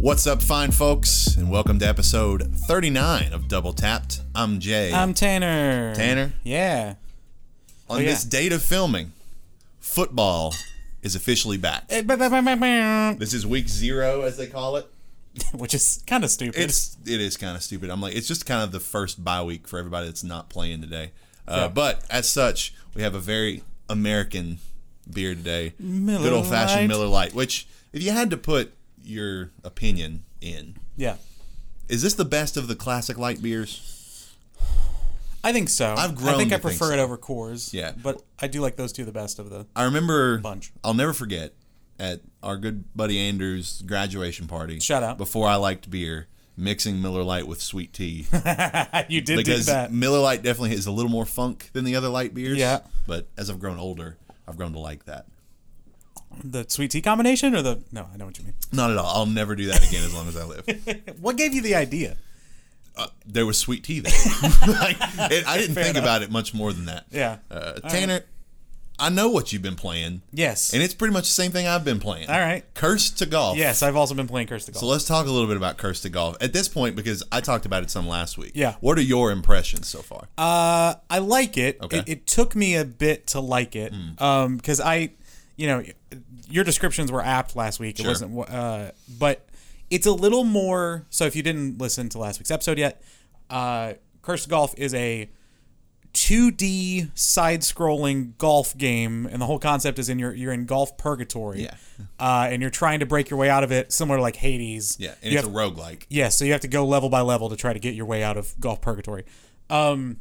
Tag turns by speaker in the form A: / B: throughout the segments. A: What's up, fine folks, and welcome to episode 39 of Double Tapped. I'm Jay.
B: I'm Tanner.
A: Tanner?
B: Yeah.
A: On
B: Um, oh, yeah.
A: this date of filming, football is officially back.
B: Eh, bah, bah, bah, bah, bah.
A: This is week zero, as they call it.
B: Which is kind of stupid.
A: It's it is kind of stupid. I'm like, it's just kind of the first bye week for everybody that's not playing today. Uh,
B: Yeah.
A: But as such, we have a very American beer today,
B: Miller
A: good old fashioned
B: Lite.
A: Miller Lite. Which, if you had to put your opinion in,
B: yeah.
A: is this the best of the classic light beers?
B: I think so.
A: I've grown
B: I think
A: to
B: I prefer
A: think
B: it over Coors.
A: Yeah.
B: But I do like those two the best of the.
A: I remember.
B: Bunch.
A: I'll never forget at our good buddy Andrew's graduation party.
B: Shout out.
A: Before I liked beer, mixing Miller Lite with sweet tea.
B: you did do
A: because
B: that.
A: Miller Lite definitely is a little more funk than the other light beers.
B: Yeah.
A: But as I've grown older, I've grown to like that.
B: The sweet tea combination or the. No, I know what you mean.
A: Not at all. I'll never do that again as long as I live.
B: What gave you the idea?
A: There was sweet tea there. like, it, I didn't think about it much more than that.
B: Yeah.
A: Uh, Tanner, I know what you've been playing.
B: Yes.
A: And it's pretty much the same thing I've been playing.
B: All right.
A: Curse to golf.
B: yes, I've also been playing Curse the Golf.
A: So let's talk a little bit about Curse to Golf at this point because I talked about it some last week.
B: Yeah.
A: What are your impressions so far?
B: Uh, I like it.
A: Okay. Hmm.
B: it. It took me a bit to like it, um, because I, you know, your descriptions were apt last week. It wasn't, uh, but it's a little more. So if you didn't listen to last week's episode yet, uh, Cursed Golf is a 2D side-scrolling golf game, and the whole concept is in your you're in golf purgatory,
A: Yeah.
B: uh, and you're trying to break your way out of it, similar to like Hades.
A: yeah. And
B: You
A: it's
B: have-
A: a roguelike.
B: yeah, so you have to go level by level to try to get your way out of golf purgatory. Um,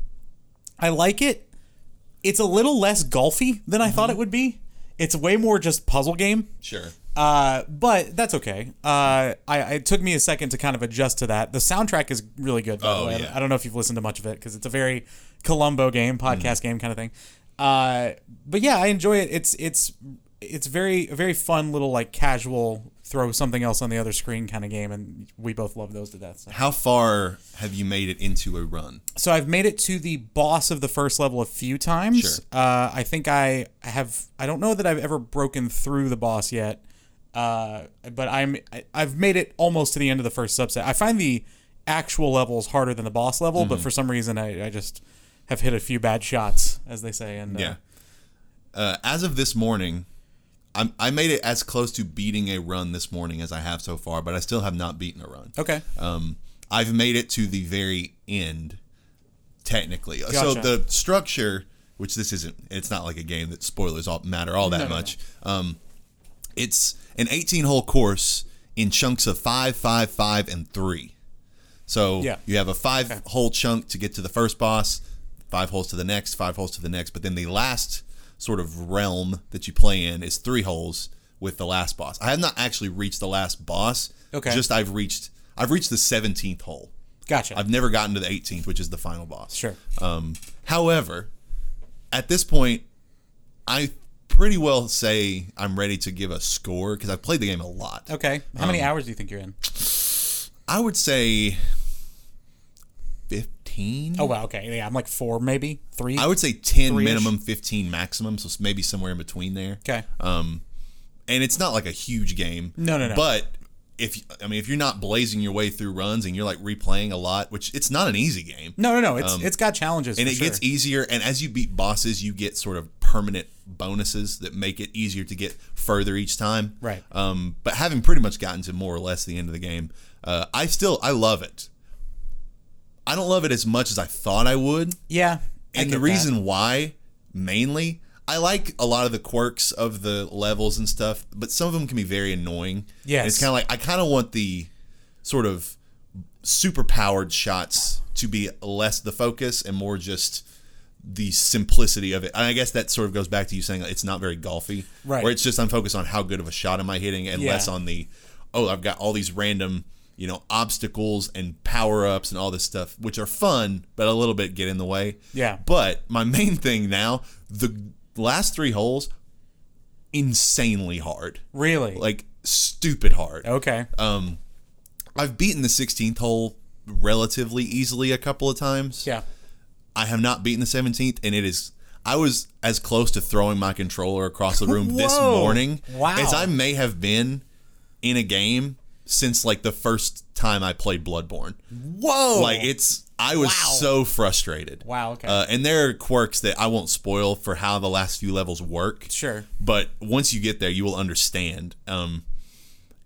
B: I like it. It's a little less golfy than I thought it would be. It's way more just puzzle game.
A: Sure.
B: Uh, but that's okay. Uh, I it took me a second to kind of adjust to that. The soundtrack is really good. By
A: Oh,
B: the way. I-
A: yeah. Mm-hmm.
B: I don't know if you've listened to much of it because it's a very Columbo game, podcast game kind of thing. Uh, but yeah, I enjoy it. It's it's it's very a very fun little like casual throw something else on the other screen kind of game, and we both love those to death. So.
A: How far have you made it into a run?
B: So I've made it to the boss of the first level a few times.
A: Sure.
B: Uh, I think I have. I don't know that I've ever broken through the boss yet, uh, but I'm. I, I've made it almost to the end of the first subset. I find the actual levels harder than the boss level,
A: Mm-hmm.
B: but for some reason I, I just have hit a few bad shots, as they say. And uh,
A: Yeah. Uh, as of this morning, I'm, I made it as close to beating a run this morning as I have so far, but I still have not beaten a run.
B: Okay.
A: Um, I've made it to the very end, technically. So
B: Gotcha.
A: the structure, which this isn't, it's not like a game that spoilers all matter all that
B: no, no.
A: much. Um, it's an 18 hole course in chunks of five, five, five, and three. So
B: Yeah.
A: you have a five hole chunk to get to the first boss, five holes to the next, five holes to the next. But then the last sort of realm that you play in is three holes with the last boss. I have not actually reached the last boss.
B: Okay.
A: Just I've reached I've reached the 17th hole.
B: Gotcha.
A: I've never gotten to the 18th, which is the final boss.
B: sure.
A: Um, however, at this point, I pretty well say I'm ready to give a score because I've played the game a lot.
B: Okay. How many
A: Um,
B: hours do you think you're in?
A: I would say 15.
B: Oh wow. Okay. Yeah. I'm like four, maybe three.
A: I would say 10
B: Three-ish.
A: minimum, 15 maximum. So maybe somewhere in between there.
B: okay.
A: Um, and it's not like a huge game.
B: No, no, no.
A: But if I mean, if you're not blazing your way through runs and you're like replaying a lot, which it's not an easy game,
B: no, no, no. It's it's got challenges.
A: um, and
B: for
A: it
B: sure.
A: gets easier. And as you beat bosses, you get sort of permanent bonuses that make it easier to get further each time.
B: Right.
A: Um, but having pretty much gotten to more or less the end of the game, uh, I still I love it. I don't love it as much as I thought I would.
B: yeah. I
A: And
B: get
A: the
B: that.
A: reason why, mainly, I like a lot of the quirks of the levels and stuff, but some of them can be very annoying. Yeah,
B: Yes.
A: It's kind of like I kind of want the sort of superpowered shots to be less the focus and more just the simplicity of it. And I guess that sort of goes back to you saying like, it's not very golfy.
B: Right.
A: Where it's just I'm focused on how good of a shot am I hitting and
B: Yeah.
A: less on the oh, I've got all these random, you know, obstacles and power-ups and all this stuff which are fun but a little bit get in the way.
B: Yeah.
A: But my main thing now, the last 3 holes insanely hard.
B: really
A: Like stupid hard.
B: okay.
A: Um I've beaten the 16th hole relatively easily a couple of times.
B: Yeah.
A: I have not beaten the 17th, and it is. I was as close to throwing my controller across the room this
B: Whoa.
A: morning
B: Wow.
A: as I may have been in a game since like the first time I played Bloodborne.
B: Whoa!
A: Like it's I was
B: Wow.
A: so frustrated.
B: Wow, okay.
A: Uh, and there are quirks that I won't spoil for how the last few levels work.
B: Sure.
A: But once you get there, you will understand. Um,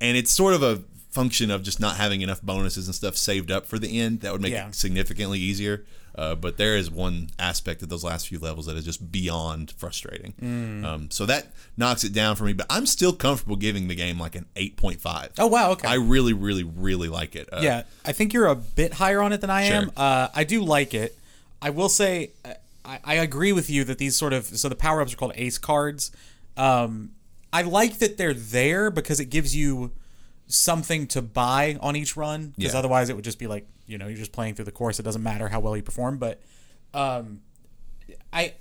A: and it's sort of a function of just not having enough bonuses and stuff saved up for the end. That would make
B: Yeah.
A: it significantly easier. Uh, but there is one aspect of those last few levels that is just beyond frustrating.
B: Mm.
A: Um, so that knocks it down for me. But I'm still comfortable giving the game like an 8.5.
B: Oh wow. Okay.
A: I really, really, really like it. Uh,
B: yeah, I think you're a bit higher on it than I am.
A: Sure.
B: Uh, I do like it. I will say, uh, I, I agree with you that these sort of so the power ups are called ace cards. Um, I like that they're there because it gives you something to buy on each run. Because
A: Yeah.
B: otherwise, it would just be like you know you're just playing through the course. It doesn't matter how well you perform. But um, I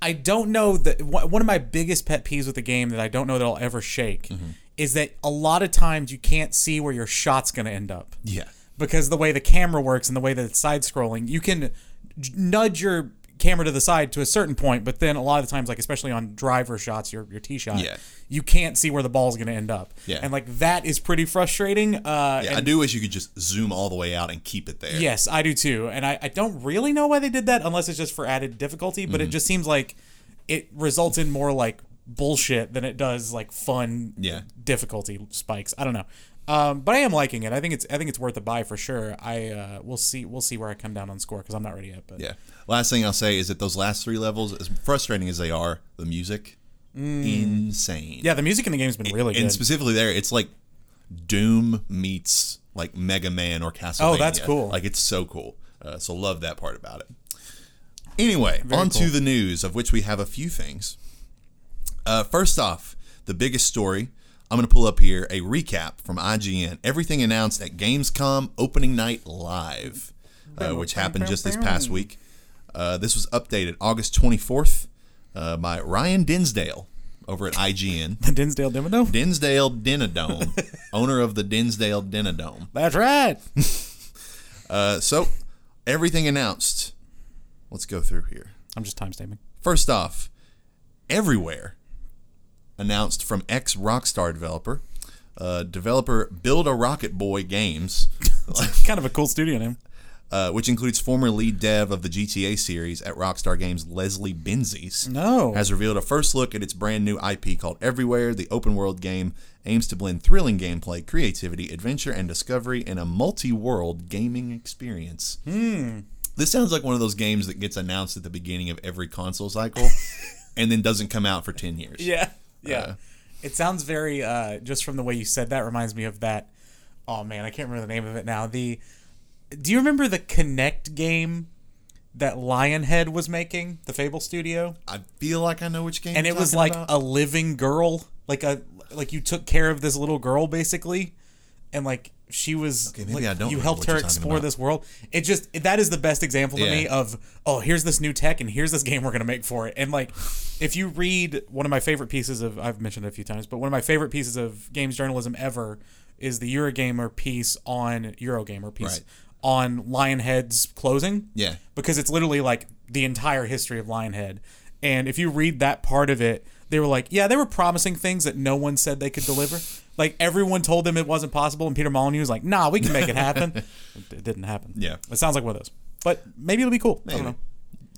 B: I don't know that one one of my biggest pet peeves with the game that I don't know that I'll ever shake
A: Mm-hmm.
B: is that a lot of times you can't see where your shot's going to end up.
A: Yeah.
B: Because the way the camera works and the way that it's side scrolling, you can j- nudge your camera to the side to a certain point, but then a lot of times, like especially on driver shots, your, your T shot,
A: Yeah.
B: you can't see where the ball's going to end up.
A: Yeah.
B: And like that is pretty frustrating. Uh,
A: Yeah, I do wish you could just zoom all the way out and keep it there.
B: Yes, I do too. And I, I don't really know why they did that unless it's just for added difficulty, but it just seems like it results in more like bullshit than it does like fun
A: Yeah.
B: difficulty spikes. I don't know. Um, but I am liking it. I think it's I think it's worth a buy for sure. I uh, we'll see we'll see where I come down on score because I'm not ready yet. But
A: Yeah. Last thing I'll say is that those last three levels, as frustrating as they are, the music, insane.
B: Yeah, the music in the game's been really
A: And
B: good.
A: specifically there, it's like Doom meets like Mega Man or Castlevania.
B: Oh, that's cool.
A: Like it's so cool. Uh, so love that part about it. Anyway, on to
B: cool.
A: the news, of which we have a few things. Uh, first off, the biggest story. I'm going to pull up here a recap from IGN. Everything announced at Gamescom opening night live, uh, which happened just this past week. Uh, this was updated August 24th uh, by Ryan Dinsdale over at IGN.
B: Dinsdale Dimino.
A: Dinsdale Denodome, owner of the Dinsdale Denodome.
B: That's right.
A: Uh, so, everything announced. Let's go through here.
B: I'm just time stamping.
A: First off, everywhere announced from ex Rockstar developer, uh, developer Build a Rocket Boy Games,
B: Kind of a cool studio name.
A: uh, which includes former lead dev of the GTA series at Rockstar Games, Leslie Benzies.
B: No.
A: has revealed a first look at its brand new IP called Everywhere. The open world game aims to blend thrilling gameplay, creativity, adventure, and discovery in a multi world gaming experience.
B: Hmm.
A: This sounds like one of those games that gets announced at the beginning of every console cycle and then doesn't come out for 10 years.
B: Yeah. Yeah. it sounds very uh just from the way you said that reminds me of that oh man, I can't remember the name of it now. The Do you remember the Connect game that Lionhead was making, the Fable Studio?
A: I feel like I know which game
B: And
A: you're
B: it was
A: talking
B: like
A: about.
B: a living girl, like a like you took care of this little girl basically and like she was
A: maybe
B: like,
A: I don't
B: you
A: remember
B: helped
A: what
B: her
A: you're talking
B: explore
A: about.
B: this world. It just that is the best example to
A: Yeah.
B: me of oh, here's this new tech and here's this game we're gonna make for it. And like, if you read one of my favorite pieces of I've mentioned it a few times, but one of my favorite pieces of games journalism ever is the Eurogamer piece on Eurogamer piece
A: Right.
B: on Lionhead's closing.
A: Yeah.
B: because it's literally like the entire history of Lionhead. And if you read that part of it, they were like, yeah, they were promising things that no one said they could deliver. Like everyone told them it wasn't possible, and Peter Molyneux was like, "Nah, we can make it happen." it didn't happen.
A: Yeah.
B: it sounds like one of those. But maybe it'll be cool. I don't
A: Maybe.
B: know.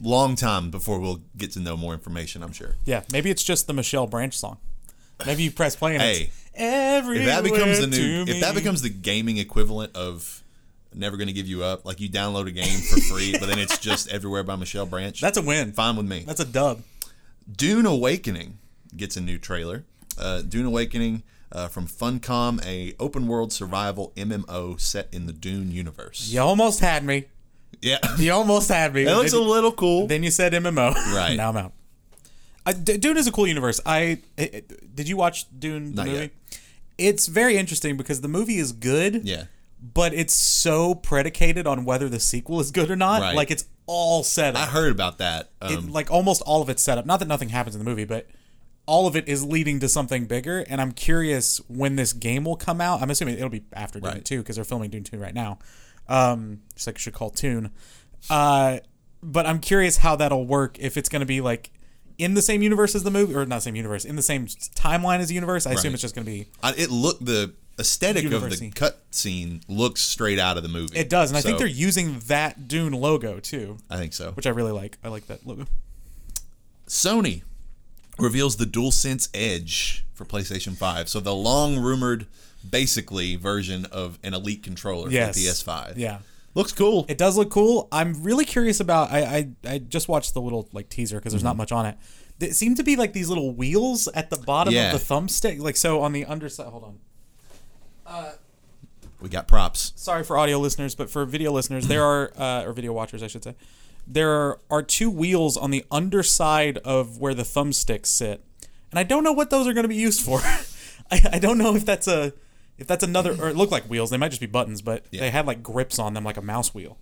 A: long time before we'll get to know more information, I'm sure.
B: Yeah, maybe it's just the Michelle Branch song. Maybe you press play and
A: Hey,
B: it's everywhere.
A: if that becomes the new
B: to
A: if that
B: me."
A: becomes the gaming equivalent of never gonna give you up like you download a game for free but then it's just everywhere by michelle branch
B: that's a win.
A: fine with me
B: That's a dub.
A: dune awakening gets a new trailer uh, dune awakening uh, from funcom a open world survival mmo set in the dune universe
B: You almost had me.
A: yeah
B: You almost had me.
A: it looks a
B: Then-
A: little cool
B: Then you said MMO.
A: Right.
B: now I'm out. I, D- Dune is a cool universe. I it- it- did you watch Dune the
A: Not yet.
B: movie? It's very interesting because the movie is good.
A: yeah
B: But it's so predicated on whether the sequel is good or not.
A: Right.
B: Like it's all set
A: i
B: up.
A: heard about that
B: It-
A: um,
B: like almost all of it's set up. Not that nothing happens in the movie, but all of it is leading to something bigger. And I'm curious when this game will come out. I'm assuming it'll be after Dune
A: Right.
B: Two because they're filming Dune Two right now. Um, just like I should call Tune. Uh, but I'm curious how that'll work if it's going to be like in the same universe as the movie, or not same universe, in the same timeline as the universe. I assume
A: Right.
B: it's just going to be
A: I, it looked the aesthetic
B: University.
A: of the cutscene looks straight out of the movie.
B: It does, and I think
A: So,
B: they're using that Dune logo too,
A: I think so.
B: which I really like. I like that logo.
A: Sony reveals the DualSense Edge for PlayStation 5. So the long rumored, basically, version of an Elite controller
B: Yes.
A: for PS5.
B: Yeah.
A: Looks cool.
B: It does look cool. I'm really curious about. I I, I just watched the little like teaser because there's not much on it. It seemed to be like these little wheels at the bottom
A: Yeah.
B: of the thumbstick. Like so on the underside. Hold on.
A: we got props.
B: Sorry for audio listeners, but for video listeners, there are uh, or video watchers, I should say, there are, are two wheels on the underside of where the thumbsticks sit, and I don't know what those are going to be used for. I, I don't know if that's a if that's another or it looked like wheels. They might just be buttons, but they had like grips on them like a mouse wheel.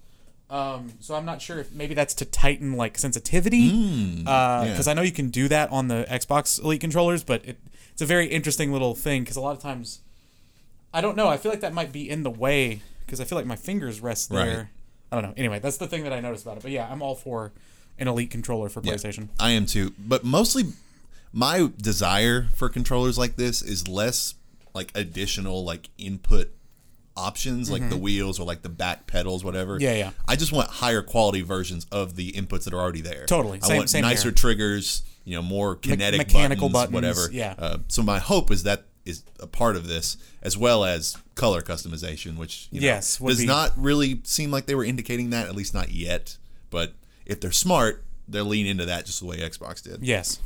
B: Um, so I'm not sure if maybe that's to tighten like sensitivity,
A: Mm,
B: because I know you can do that on the Xbox Elite controllers, but it, it's a very interesting little thing because a lot of times, I don't know. I feel like that might be in the way because I feel like my fingers rest
A: Right.
B: there. I don't know. Anyway, that's the thing that I noticed about it. But yeah, I'm all for an Elite controller for PlayStation.
A: I am too. But mostly my desire for controllers like this is less like additional like input options like the wheels or like the back pedals whatever
B: Mm-hmm. Yeah, yeah.
A: i just want higher quality versions of the inputs that are already there
B: Totally.
A: i
B: Same-
A: want
B: same
A: nicer
B: here.
A: triggers you know more kinetic
B: mechanical
A: buttons,
B: buttons,
A: whatever
B: yeah.
A: uh, so my hope is that is a part of this as well as color customization which you know,
B: Yes, would
A: does
B: be-
A: not really seem like they were indicating that at least not yet but if they're smart they'll lean into that just the way xbox did
B: Yes.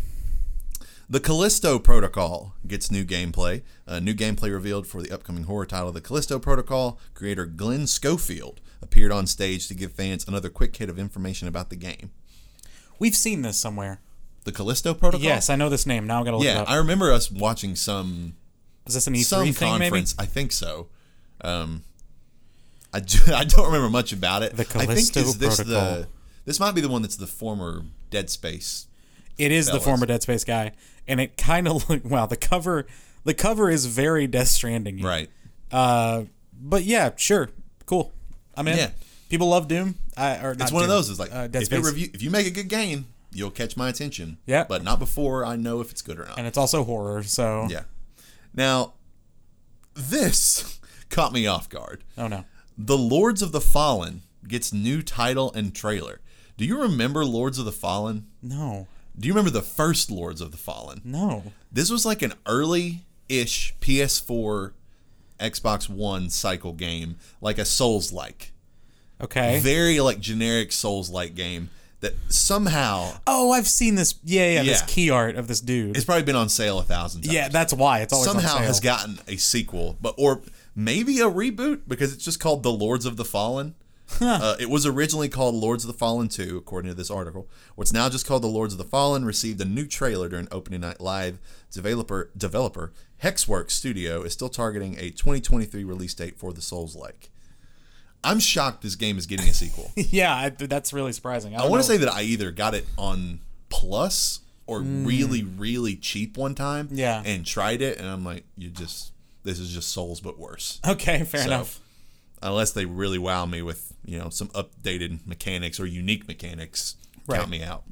A: the Callisto Protocol gets new gameplay. Uh, new gameplay revealed for the upcoming horror title, The Callisto Protocol. Creator Glenn Schofield appeared on stage to give fans another quick hit of information about the game.
B: We've seen this somewhere.
A: The Callisto Protocol.
B: Yes, I know this name. Now I'm gonna look
A: Uh-huh. Yeah,
B: it up.
A: I remember us watching some
B: Is this an E3
A: some
B: thing?
A: conference. I think so. Um, I, do, I don't remember much about it.
B: The
A: I think
B: Callisto
A: is this
B: Protocol.
A: the this might be the one that's the former Dead Space.
B: Maybe it is the
A: fellas.
B: former Dead Space guy, and it kind of look wow. The cover, the cover is very Death Stranding.
A: Right.
B: Uh, but yeah, sure, cool. I'm in.
A: Yeah.
B: People love Doom. I or not
A: It's one of
B: Doom,
A: those. It's like
B: uh,
A: if,
B: Dead
A: it
B: Space.
A: review, if you make a good game, you'll catch my attention.
B: Yeah.
A: but not before I know if it's good or not.
B: and it's also horror. So
A: yeah. Now, this caught me off guard.
B: oh no,
A: The Lords of the Fallen gets new title and trailer. Do you remember Lords of the Fallen?
B: no,
A: Do you remember the first Lords of the Fallen?
B: no.
A: This was like an early-ish PS4, Xbox One cycle game, like a Souls-like,
B: Okay.
A: very like generic Souls-like game that somehow
B: oh, I've seen this. Yeah, yeah. This
A: Yeah.
B: key art of this dude.
A: It's probably been on sale a thousand times.
B: yeah, that's why it's always on
A: somehow
B: sale.
A: has gotten a sequel, but or maybe a reboot because it's just called The Lords of the Fallen. Uh, it was originally called Lords of the Fallen 2, according to this article. What's now just called The Lords of the Fallen received a new trailer during opening night live. Developer developer Hexworks Studio is still targeting a 2023 release date for the Souls like. I'm shocked this game is getting a sequel.
B: yeah, I, that's really surprising. I,
A: I
B: don't
A: want
B: know.
A: to say that I either got it on Plus or really, really cheap one time.
B: Hmm. Yeah.
A: And tried it, and I'm like, you just this is just Souls but worse.
B: Okay, fair
A: So,
B: enough.
A: Unless they really wow me with you know some updated mechanics or unique mechanics,
B: Right.
A: count me out.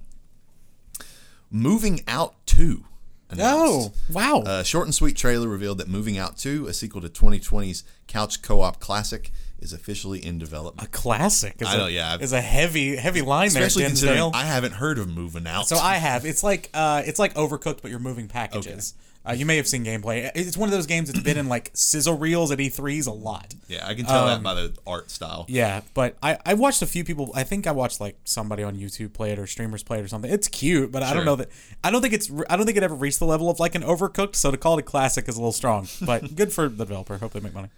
A: Moving out two.
B: Oh,
A: announced.
B: wow.
A: A short and sweet trailer revealed that Moving Out 2, a sequel to 2020's couch co-op classic, is officially in development.
B: Classic. Is
A: I
B: a-
A: know, yeah, I've-
B: Is a heavy, heavy line there,
A: Especially considering
B: Dinsdale.
A: I haven't heard of Moving Out.
B: So I have. It's like uh, it's like overcooked, but you're moving packages. Uh, you may have seen gameplay. It's one of those games that's been in like sizzle reels at E3s a lot.
A: Yeah, I can tell that by the art style.
B: Yeah, but I, I watched a few people. I think I watched like somebody on YouTube play it or streamers play it or something. It's cute, but I don't
A: Sure.
B: know that. I don't think it's. re- I don't think it ever reached the level of like an overcooked. So to call it a classic is a little strong, but good for the developer. Hope they make money.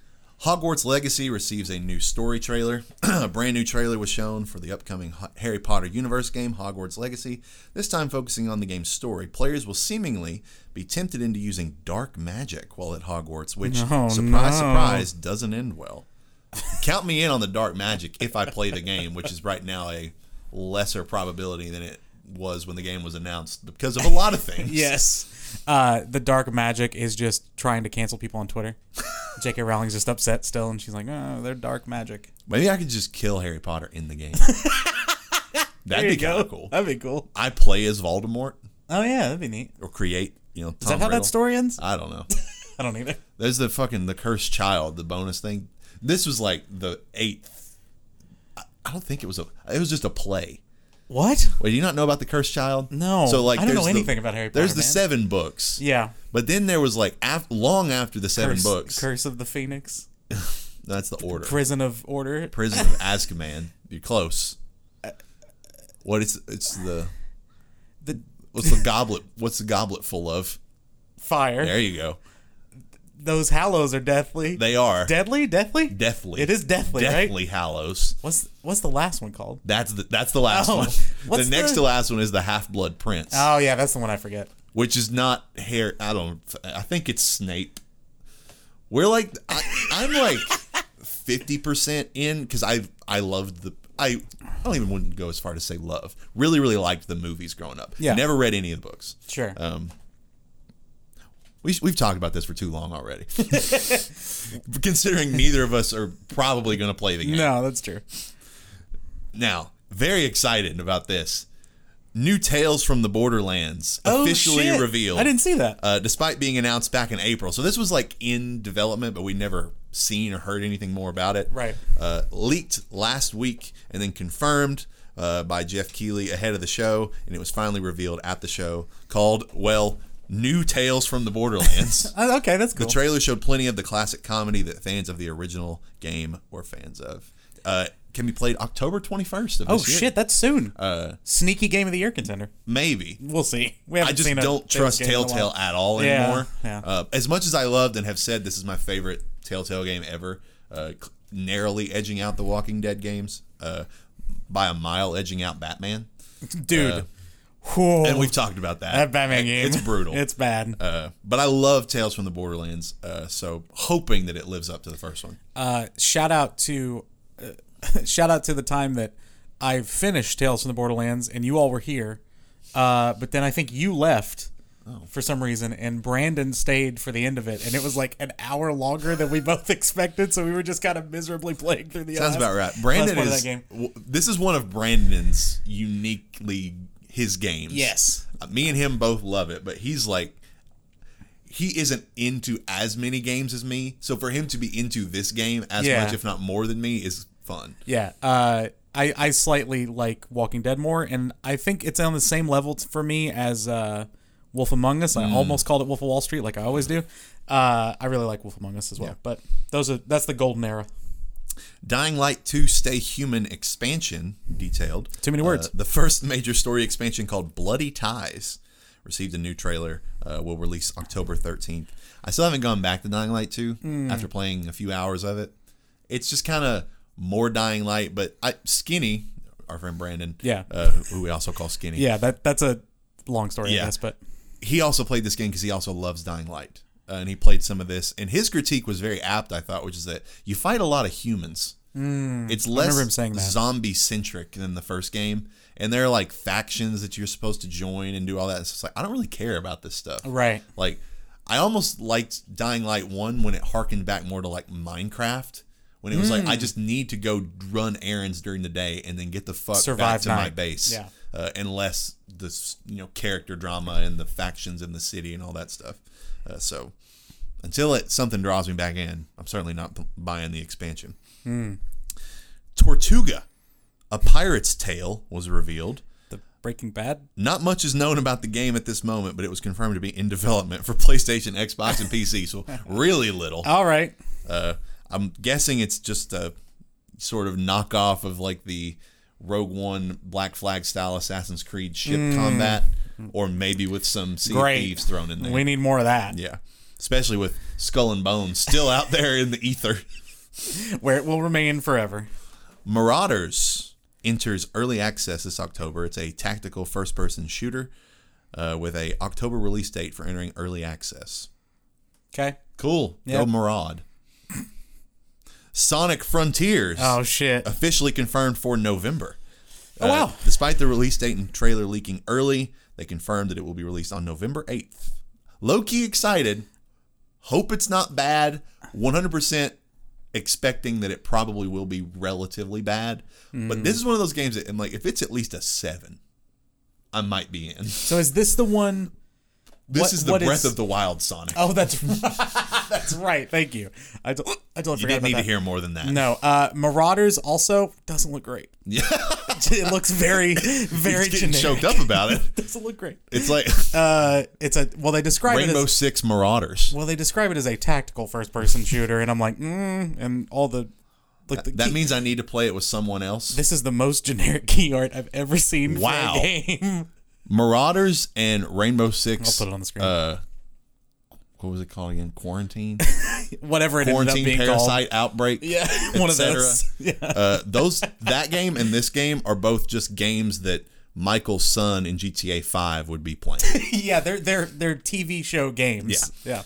A: Hogwarts Legacy receives a new story trailer. a brand new trailer was shown for the upcoming Ho- Harry Potter universe game, Hogwarts Legacy, this time focusing on the game's story. Players will seemingly be tempted into using dark magic while at Hogwarts, which,
B: No,
A: surprise,
B: no.
A: surprise, doesn't end well. Count me in on the dark magic if I play the game, which is right now a lesser probability than it was when the game was announced because of a lot of things.
B: Yes. Uh, the dark magic is just trying to cancel people on Twitter. J.K. Rowling's just upset still, and she's like, "Oh, they're dark magic."
A: Maybe I could just kill Harry Potter in the game. That'd
B: There
A: be
B: you
A: kind
B: go.
A: of cool.
B: That'd be cool.
A: I play as Voldemort
B: Oh yeah, that'd be neat.
A: or create, you know, Tom
B: Is that how
A: Riddle. Uh,
B: that story ends?
A: I don't know.
B: I don't either.
A: There's the fucking the cursed child, the bonus thing. This was like the eighth. I- I don't think it was a. It was just a play.
B: What?
A: Wait, do you not know about the cursed child?
B: No.
A: So like,
B: I don't know
A: there's the-
B: anything about Harry
A: There's
B: Potter,
A: the
B: man.
A: seven books.
B: Yeah.
A: But then there was like af- long after the seven
B: Curse,
A: books.
B: Curse of the Phoenix.
A: That's the order.
B: Prison of Order.
A: Prison of Azkaban. You're close. What it's it's the
B: The
A: what's the goblet? What's the goblet full of?
B: fire.
A: There you go.
B: Those hallows are deathly.
A: They are
B: deadly? Deathly?
A: deathly.
B: It is deathly, right?
A: deathly hallows.
B: What's what's the last one called?
A: That's the that's the last
B: Oh,
A: one. The
B: what's
A: next
B: the-
A: to last one is the Half Blood Prince,
B: Oh yeah, that's the one I forget.
A: which is not hair. I don't. I think it's Snape. We're like I, I'm like fifty percent in because I I loved the I I don't even wouldn't go as far to say love. Really really liked the movies growing up.
B: Yeah.
A: Never read any of the books.
B: Sure.
A: Um. We, we've talked about this for too long already. Considering neither of us are probably going to play the game.
B: no, that's true.
A: Now, very excited about this. New Tales from the Borderlands
B: Oh,
A: officially
B: shit.
A: revealed.
B: I didn't see that.
A: Uh, despite being announced back in April. So this was like in development, but we never seen or heard anything more about it.
B: Right.
A: Uh, leaked last week and then confirmed uh, by Jeff Keighley ahead of the show, and it was finally revealed at the show called, well, New Tales from the Borderlands.
B: Oh, okay, that's cool.
A: The trailer showed plenty of the classic comedy that fans of the original game were fans of. Uh, can be played October 21st of
B: oh
A: this year.
B: shit, that's soon. Uh, Sneaky game of the year contender.
A: Maybe.
B: We'll see. We haven't
A: I just
B: seen a
A: don't trust
B: Tales game in a while.
A: Telltale at all
B: Yeah,
A: anymore.
B: yeah.
A: Uh, as much as I loved and have said this is my favorite Telltale game ever, uh, cl- narrowly edging out the Walking Dead games uh, by a mile, edging out Batman.
B: dude. Whew.
A: Uh, And we've talked about that.
B: that Batman
A: It-
B: game.
A: It's brutal.
B: It's bad.
A: uh, but I love Tales from the Borderlands, uh, so hoping that it lives up to the first one.
B: uh, shout out to uh, shout out to the time that I finished Tales from the Borderlands and you all were here, uh, but then I think you left
A: Oh.
B: for some reason and Brandon stayed for the end of it and it was like an hour longer than we both expected, so we were just kind of miserably playing through the
A: Sounds
B: last-
A: about right.
B: last
A: Brandon
B: part of
A: is. w- This is one of Brandon's uniquely his games.
B: Yes.
A: Uh, me and him both love it, but he's like, he isn't into as many games as me. So for him to be into this game as
B: Yeah.
A: much, if not more than me, is fun.
B: Yeah. Uh, I, I slightly like Walking Dead more, and I think it's on the same level t- for me as uh, Wolf Among Us. I
A: Hmm.
B: almost called it Wolf of Wall Street, like I always do. Uh, I really like Wolf Among Us as well, but those are that's the golden era.
A: Dying Light 2 Stay Human expansion detailed.
B: Too many
A: Uh,
B: words.
A: the first major story expansion called Bloody Ties received a new trailer. Uh, will release October 13th. I still haven't gone back to Dying Light 2
B: Hmm.
A: after playing a few hours of it. It's just kind of more Dying Light, but I, Skinny, our friend Brandon,
B: Yeah.
A: uh, who we also call Skinny,
B: Yeah, that that's a long story,
A: Yeah.
B: I guess. But
A: he also played this game because he also loves Dying Light. Uh, and he played some of this. And his critique was very apt, I thought, which is that you fight a lot of humans. it's
B: Hmm, remember him
A: less
B: saying that.
A: zombie centric than the first game. And there are like factions that you're supposed to join and do all that. It's just like, I don't really care about this stuff.
B: right,
A: Like, I almost liked Dying Light 1 when it harkened back more to like Minecraft. When it was like, I
B: Hmm.
A: just need to go run errands during the day and then get the fuck back
B: Survive
A: to my
B: night.
A: base.
B: Yeah.
A: Uh, unless the s- you know character drama and the factions in the city and all that stuff. Uh, so until it something draws me back in, I'm certainly not p- buying the expansion.
B: Hmm.
A: Tortuga, a pirate's tale, was revealed.
B: the Breaking Bad.
A: Not much is known about the game at this moment, but it was confirmed to be in development for PlayStation, Xbox, and PC. So really little.
B: All right,
A: Uh, I'm guessing it's just a sort of knockoff of like the Rogue One Black Flag style Assassin's Creed ship combat, or maybe with some Sea of
B: Hmm. Great.
A: Thieves thrown in there.
B: we need more of that.
A: yeah, especially with Skull and Bones still out there in the ether.
B: Where it will remain forever.
A: Marauders enters early access this October. It's a tactical first-person shooter uh, with a October release date for entering early access.
B: Okay.
A: Cool. Go
B: Yeah.
A: Maraud. Sonic Frontiers
B: Oh shit.
A: officially confirmed for November. Uh,
B: Oh, wow.
A: Despite the release date and trailer leaking early, they confirmed that it will be released on November 8th. Low key excited. Hope it's not bad. 100% expecting that it probably will be relatively bad.
B: Hmm.
A: But this is one of those games that I'm like, if it's at least a seven, I might be in.
B: So is this the one?
A: This
B: What-
A: is the
B: what
A: Breath
B: is-
A: of the Wild Sonic.
B: Oh, that's that's right. Thank you. I t- I
A: you
B: totally forgot
A: didn't
B: about
A: need
B: that.
A: to hear more than that.
B: No, uh, Marauders also doesn't look great.
A: Yeah.
B: it looks very, very
A: He's getting
B: generic.
A: choked up about it.
B: doesn't look great.
A: It's like
B: Uh, it's a well, they describe it
A: Rainbow
B: as
A: Six Marauders.
B: well, they describe it as a tactical first-person shooter, and I'm like, mm, and all the like the
A: That
B: key-
A: means I need to play it with someone else.
B: this is the most generic key art I've ever seen
A: Wow.
B: for a game.
A: Marauders and Rainbow 6
B: I'll put it on the screen.
A: Uh, what was it called again? Quarantine,
B: Whatever it ended up
A: quarantine
B: being called.
A: parasite outbreak.
B: Yeah,
A: et
B: one of
A: cetera.
B: those. Yeah.
A: uh, those that game and this game are both just games that Michael's son in GTA 5 would be playing.
B: yeah, they're they're they're TV show games. Yeah.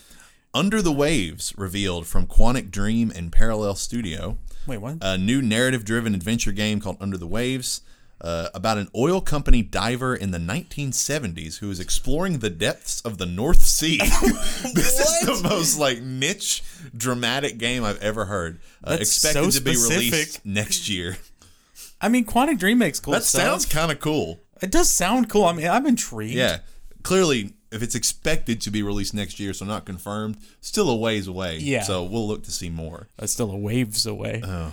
A: Under the Waves revealed from Quantic Dream and Parallel Studio,
B: Wait, what?
A: a new narrative-driven adventure game called Under the Waves. Uh, about an oil company diver in the 1970s who is exploring the depths of the North Sea. this is the most like niche dramatic game I've ever heard. Uh,
B: That's
A: expected
B: so
A: to be
B: specific.
A: released next year.
B: I mean, Quantic Dream makes cool
A: That
B: stuff.
A: sounds kind of cool.
B: It does sound cool. I mean, I'm intrigued.
A: Yeah. Clearly, if it's expected to be released next year, so not confirmed, still a ways away.
B: Yeah.
A: So we'll look to see more.
B: That's still a waves away.
A: Oh.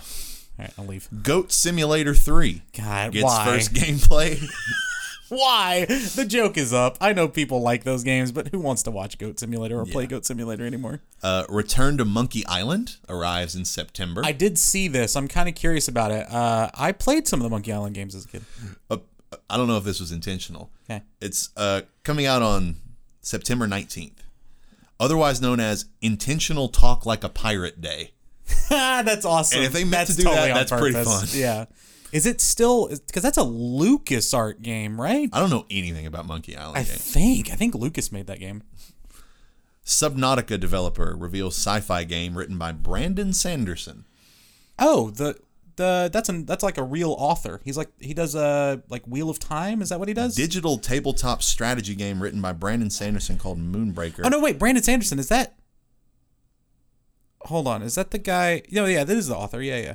B: All right, I'll leave.
A: Goat Simulator 3
B: God,
A: gets
B: why?
A: first gameplay.
B: Why? The joke is up. I know people like those games, but who wants to watch Goat Simulator or play Goat Simulator anymore?
A: Uh, Return to Monkey Island arrives in September.
B: I did see this. I'm kind of curious about it. Uh, I played some of the Monkey Island games as a kid.
A: Uh, I don't know if this was intentional.
B: Okay.
A: It's uh, coming out on September 19th, otherwise known as Intentional Talk Like a Pirate Day.
B: that's awesome.
A: And if they meant
B: that's
A: to do that,
B: on
A: that's pretty fun.
B: Yeah. Is it still? Because that's a Lucas Art game, right?
A: I don't know anything about Monkey Island.
B: I
A: games.
B: think. I think Lucas made that game.
A: Subnautica developer reveals sci-fi game written by Brandon Sanderson.
B: Oh, the the that's an that's like a real author. He's like he does a like Wheel of Time. Is that what he does?
A: Digital tabletop strategy game written by Brandon Sanderson called Moonbreaker.
B: oh no, wait, Brandon Sanderson. Is that? Hold on, is that the guy? No, yeah, this is the author. Yeah, yeah.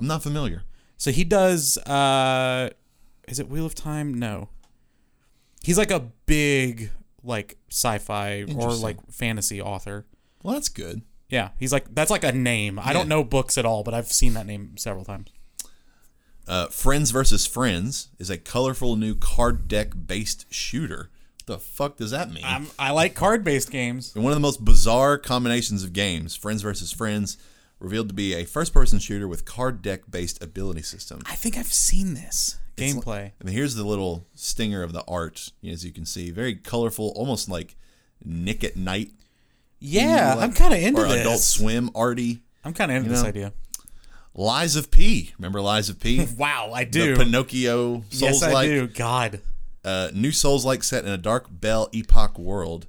A: I'm not familiar.
B: So he does. uh Is it Wheel of Time? No. He's like a big like sci-fi or
A: Interesting.
B: like fantasy author.
A: Well, that's good.
B: Yeah, he's like that's like a name. I don't
A: Yeah.
B: know books at all, but I've seen that name several times.
A: Uh, Friends versus Friends is a colorful new card deck based shooter. The fuck does that mean?
B: I'm, I like card-based games.
A: And one of the most bizarre combinations of games, Friends versus Friends, revealed to be a first person shooter with card deck based ability system.
B: I think I've seen this gameplay.
A: I mean, here's the little stinger of the art, as you can see. Very colorful, almost like Nick at Night.
B: Yeah,
A: like-
B: I'm kind of into
A: or
B: this.
A: Adult Swim, Artie.
B: I'm kind of into this
A: know?
B: idea.
A: Lies of P. Remember Lies of P?
B: Wow, I
A: the
B: do.
A: Pinocchio
B: yes,
A: Souls
B: I
A: like
B: do. God,
A: uh, new Souls like set in a dark Belle Epoch world.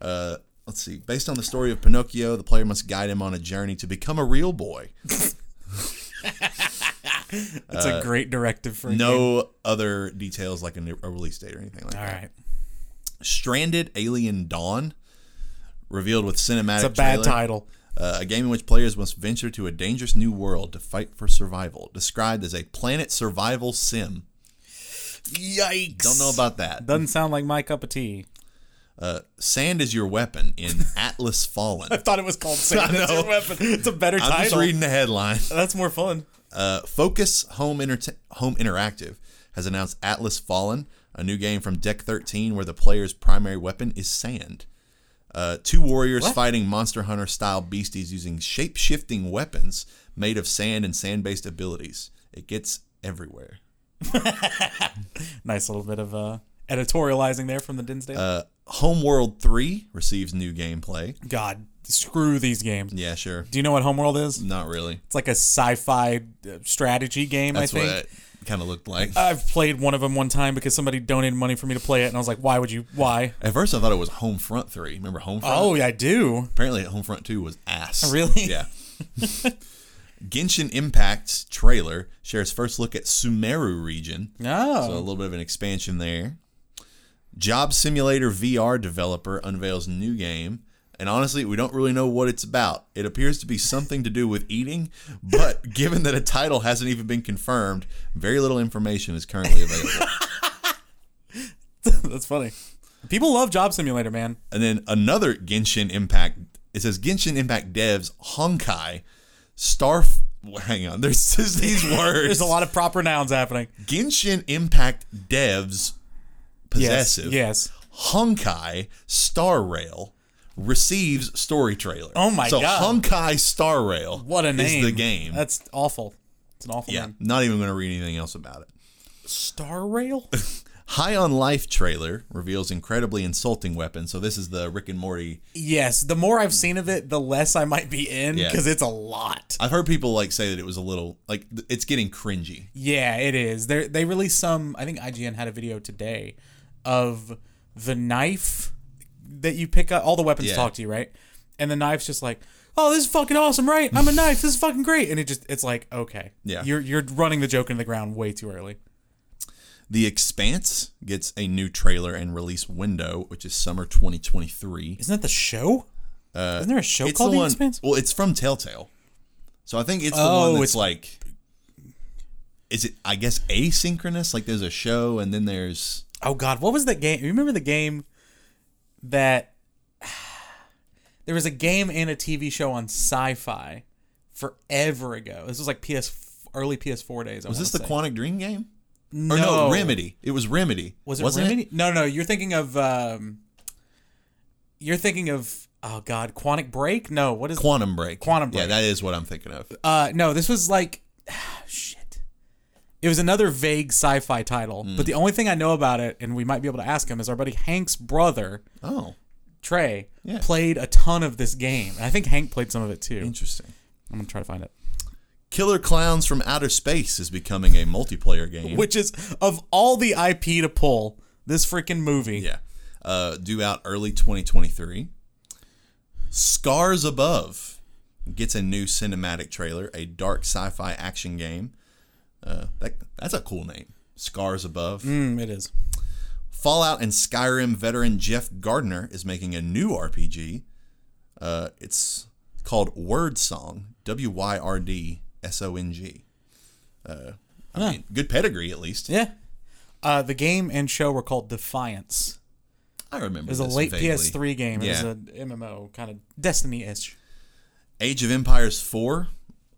A: Uh, let's see. Based on the story of Pinocchio, the player must guide him on a journey to become a real boy.
B: it's a great directive for a game.
A: Uh, No other details like a, new, a release date or anything like
B: All
A: that.
B: right,
A: Stranded Alien Dawn revealed with cinematic.
B: it's a bad
A: trailer.
B: title.
A: Uh, a game in which players must venture to a dangerous new world to fight for survival, described as a planet survival sim.
B: Yikes!
A: Don't know about that.
B: Doesn't sound like my cup of tea.
A: Uh, sand is your weapon in Atlas Fallen.
B: I thought it was called Sand
A: I
B: is Your
A: know.
B: Weapon. It's a better
A: I'm just
B: title.
A: reading the headline.
B: That's more fun.
A: Uh, Focus Home Inter- Home Interactive has announced Atlas Fallen, a new game from Deck 13 where the player's primary weapon is sand. Uh, two warriors fighting Monster Hunter style beasties using shape shifting weapons made of sand and sand based abilities. It gets everywhere.
B: Nice little bit of uh, editorializing there from the Dinsdale.
A: Uh, Homeworld 3 receives new gameplay.
B: God, screw these games.
A: Yeah, sure.
B: Do you know what Homeworld is?
A: Not really.
B: It's like a sci-fi uh, strategy game.
A: That's
B: I think. Uh,
A: what it kind of looked like.
B: I've played one of them one time because somebody donated money for me to play it, and I was like, "Why would you? Why?"
A: At first, I thought it was Homefront 3. Remember Homefront?
B: Oh, yeah, I do.
A: Apparently, Homefront 2 was ass.
B: Really?
A: Yeah. Genshin Impact's trailer shares first look at Sumeru region. So, a
B: Oh,
A: little bit of an expansion there. Job Simulator VR developer unveils new game. And honestly, we don't really know what it's about. It appears to be something to do with eating, but given that a title hasn't even been confirmed, very little information is currently available.
B: that's funny. People love Job Simulator, man.
A: And then another Genshin Impact. It says Genshin Impact devs Honkai Starf. Hang on, there's just these words.
B: There's a lot of proper nouns happening.
A: Genshin Impact devs possessive.
B: Yes.
A: Honkai Star Rail receives story trailer.
B: Oh my
A: so
B: God.
A: Honkai Star Rail.
B: What a name.
A: is the game?
B: That's awful. It's an awful
A: yeah.
B: name.
A: Not even going to read anything else about it.
B: Star Rail?
A: High on Life trailer reveals incredibly insulting weapon. So this is the Rick and Morty.
B: yes. The more I've seen of it, the less I might be in
A: Yeah.
B: because it's a lot.
A: I've heard people like say that it was a little like th- it's getting cringy.
B: Yeah, it is. They they released some. I think IGN had a video today of the knife that you pick up. All the weapons
A: Yeah.
B: talk to you, right? And the knife's just like, oh, this is fucking awesome, right? I'm a knife. This is fucking great. And it just it's like, okay,
A: Yeah.
B: you're you're running the joke into the ground way too early.
A: The Expanse gets a new trailer and release window, which is summer 2023.
B: Isn't that the show? Isn't there a show called The
A: Uh, one.
B: Expanse?
A: Well, it's from Telltale, so I think it's the
B: Oh,
A: one that's
B: it's-
A: like. Is it? I guess asynchronous. Like there's a show, and then there's
B: Oh God, what was that game? You remember the game that there was a game and a TV show on Sci-Fi forever ago. This was like PS early PS4 days. I
A: was this the Quantic Dream game? Or
B: No.
A: no, Remedy. It was Remedy.
B: was it
A: Wasn't
B: Remedy? No, no, you're thinking of um, you're thinking of oh God, Quantic Break. No, what is
A: Quantum Break.
B: Quantum
A: Yeah,
B: Break.
A: that is what I'm thinking of.
B: uh no? This was like shit. It was another vague sci-fi title,
A: Hmm.
B: but the only thing I know about it, and we might be able to ask him, is our buddy Hank's brother.
A: Oh,
B: Trey
A: Yeah.
B: played a ton of this game. And I think Hank played some of it too.
A: interesting.
B: I'm gonna try to find it.
A: Killer Clowns from Outer Space is becoming a multiplayer game.
B: Which is of all the IP to pull, this freaking movie.
A: yeah. Uh, due out early 2023. Scars Above gets a new cinematic trailer, a dark sci-fi action game. Uh, that, that's a cool name. Scars Above.
B: Mm, it is.
A: Fallout and Skyrim veteran Jeff Gardner is making a new RPG. Uh, it's called Word Song. W Y R D S O N G. Uh, I mean, good pedigree at least.
B: Yeah. Uh, the game and show were called Defiance.
A: I remember.
B: It was a
A: this
B: late
A: vaguely.
B: PS3 game. It was
A: Yeah.
B: an MMO kind of Destiny ish.
A: Age of Empires 4,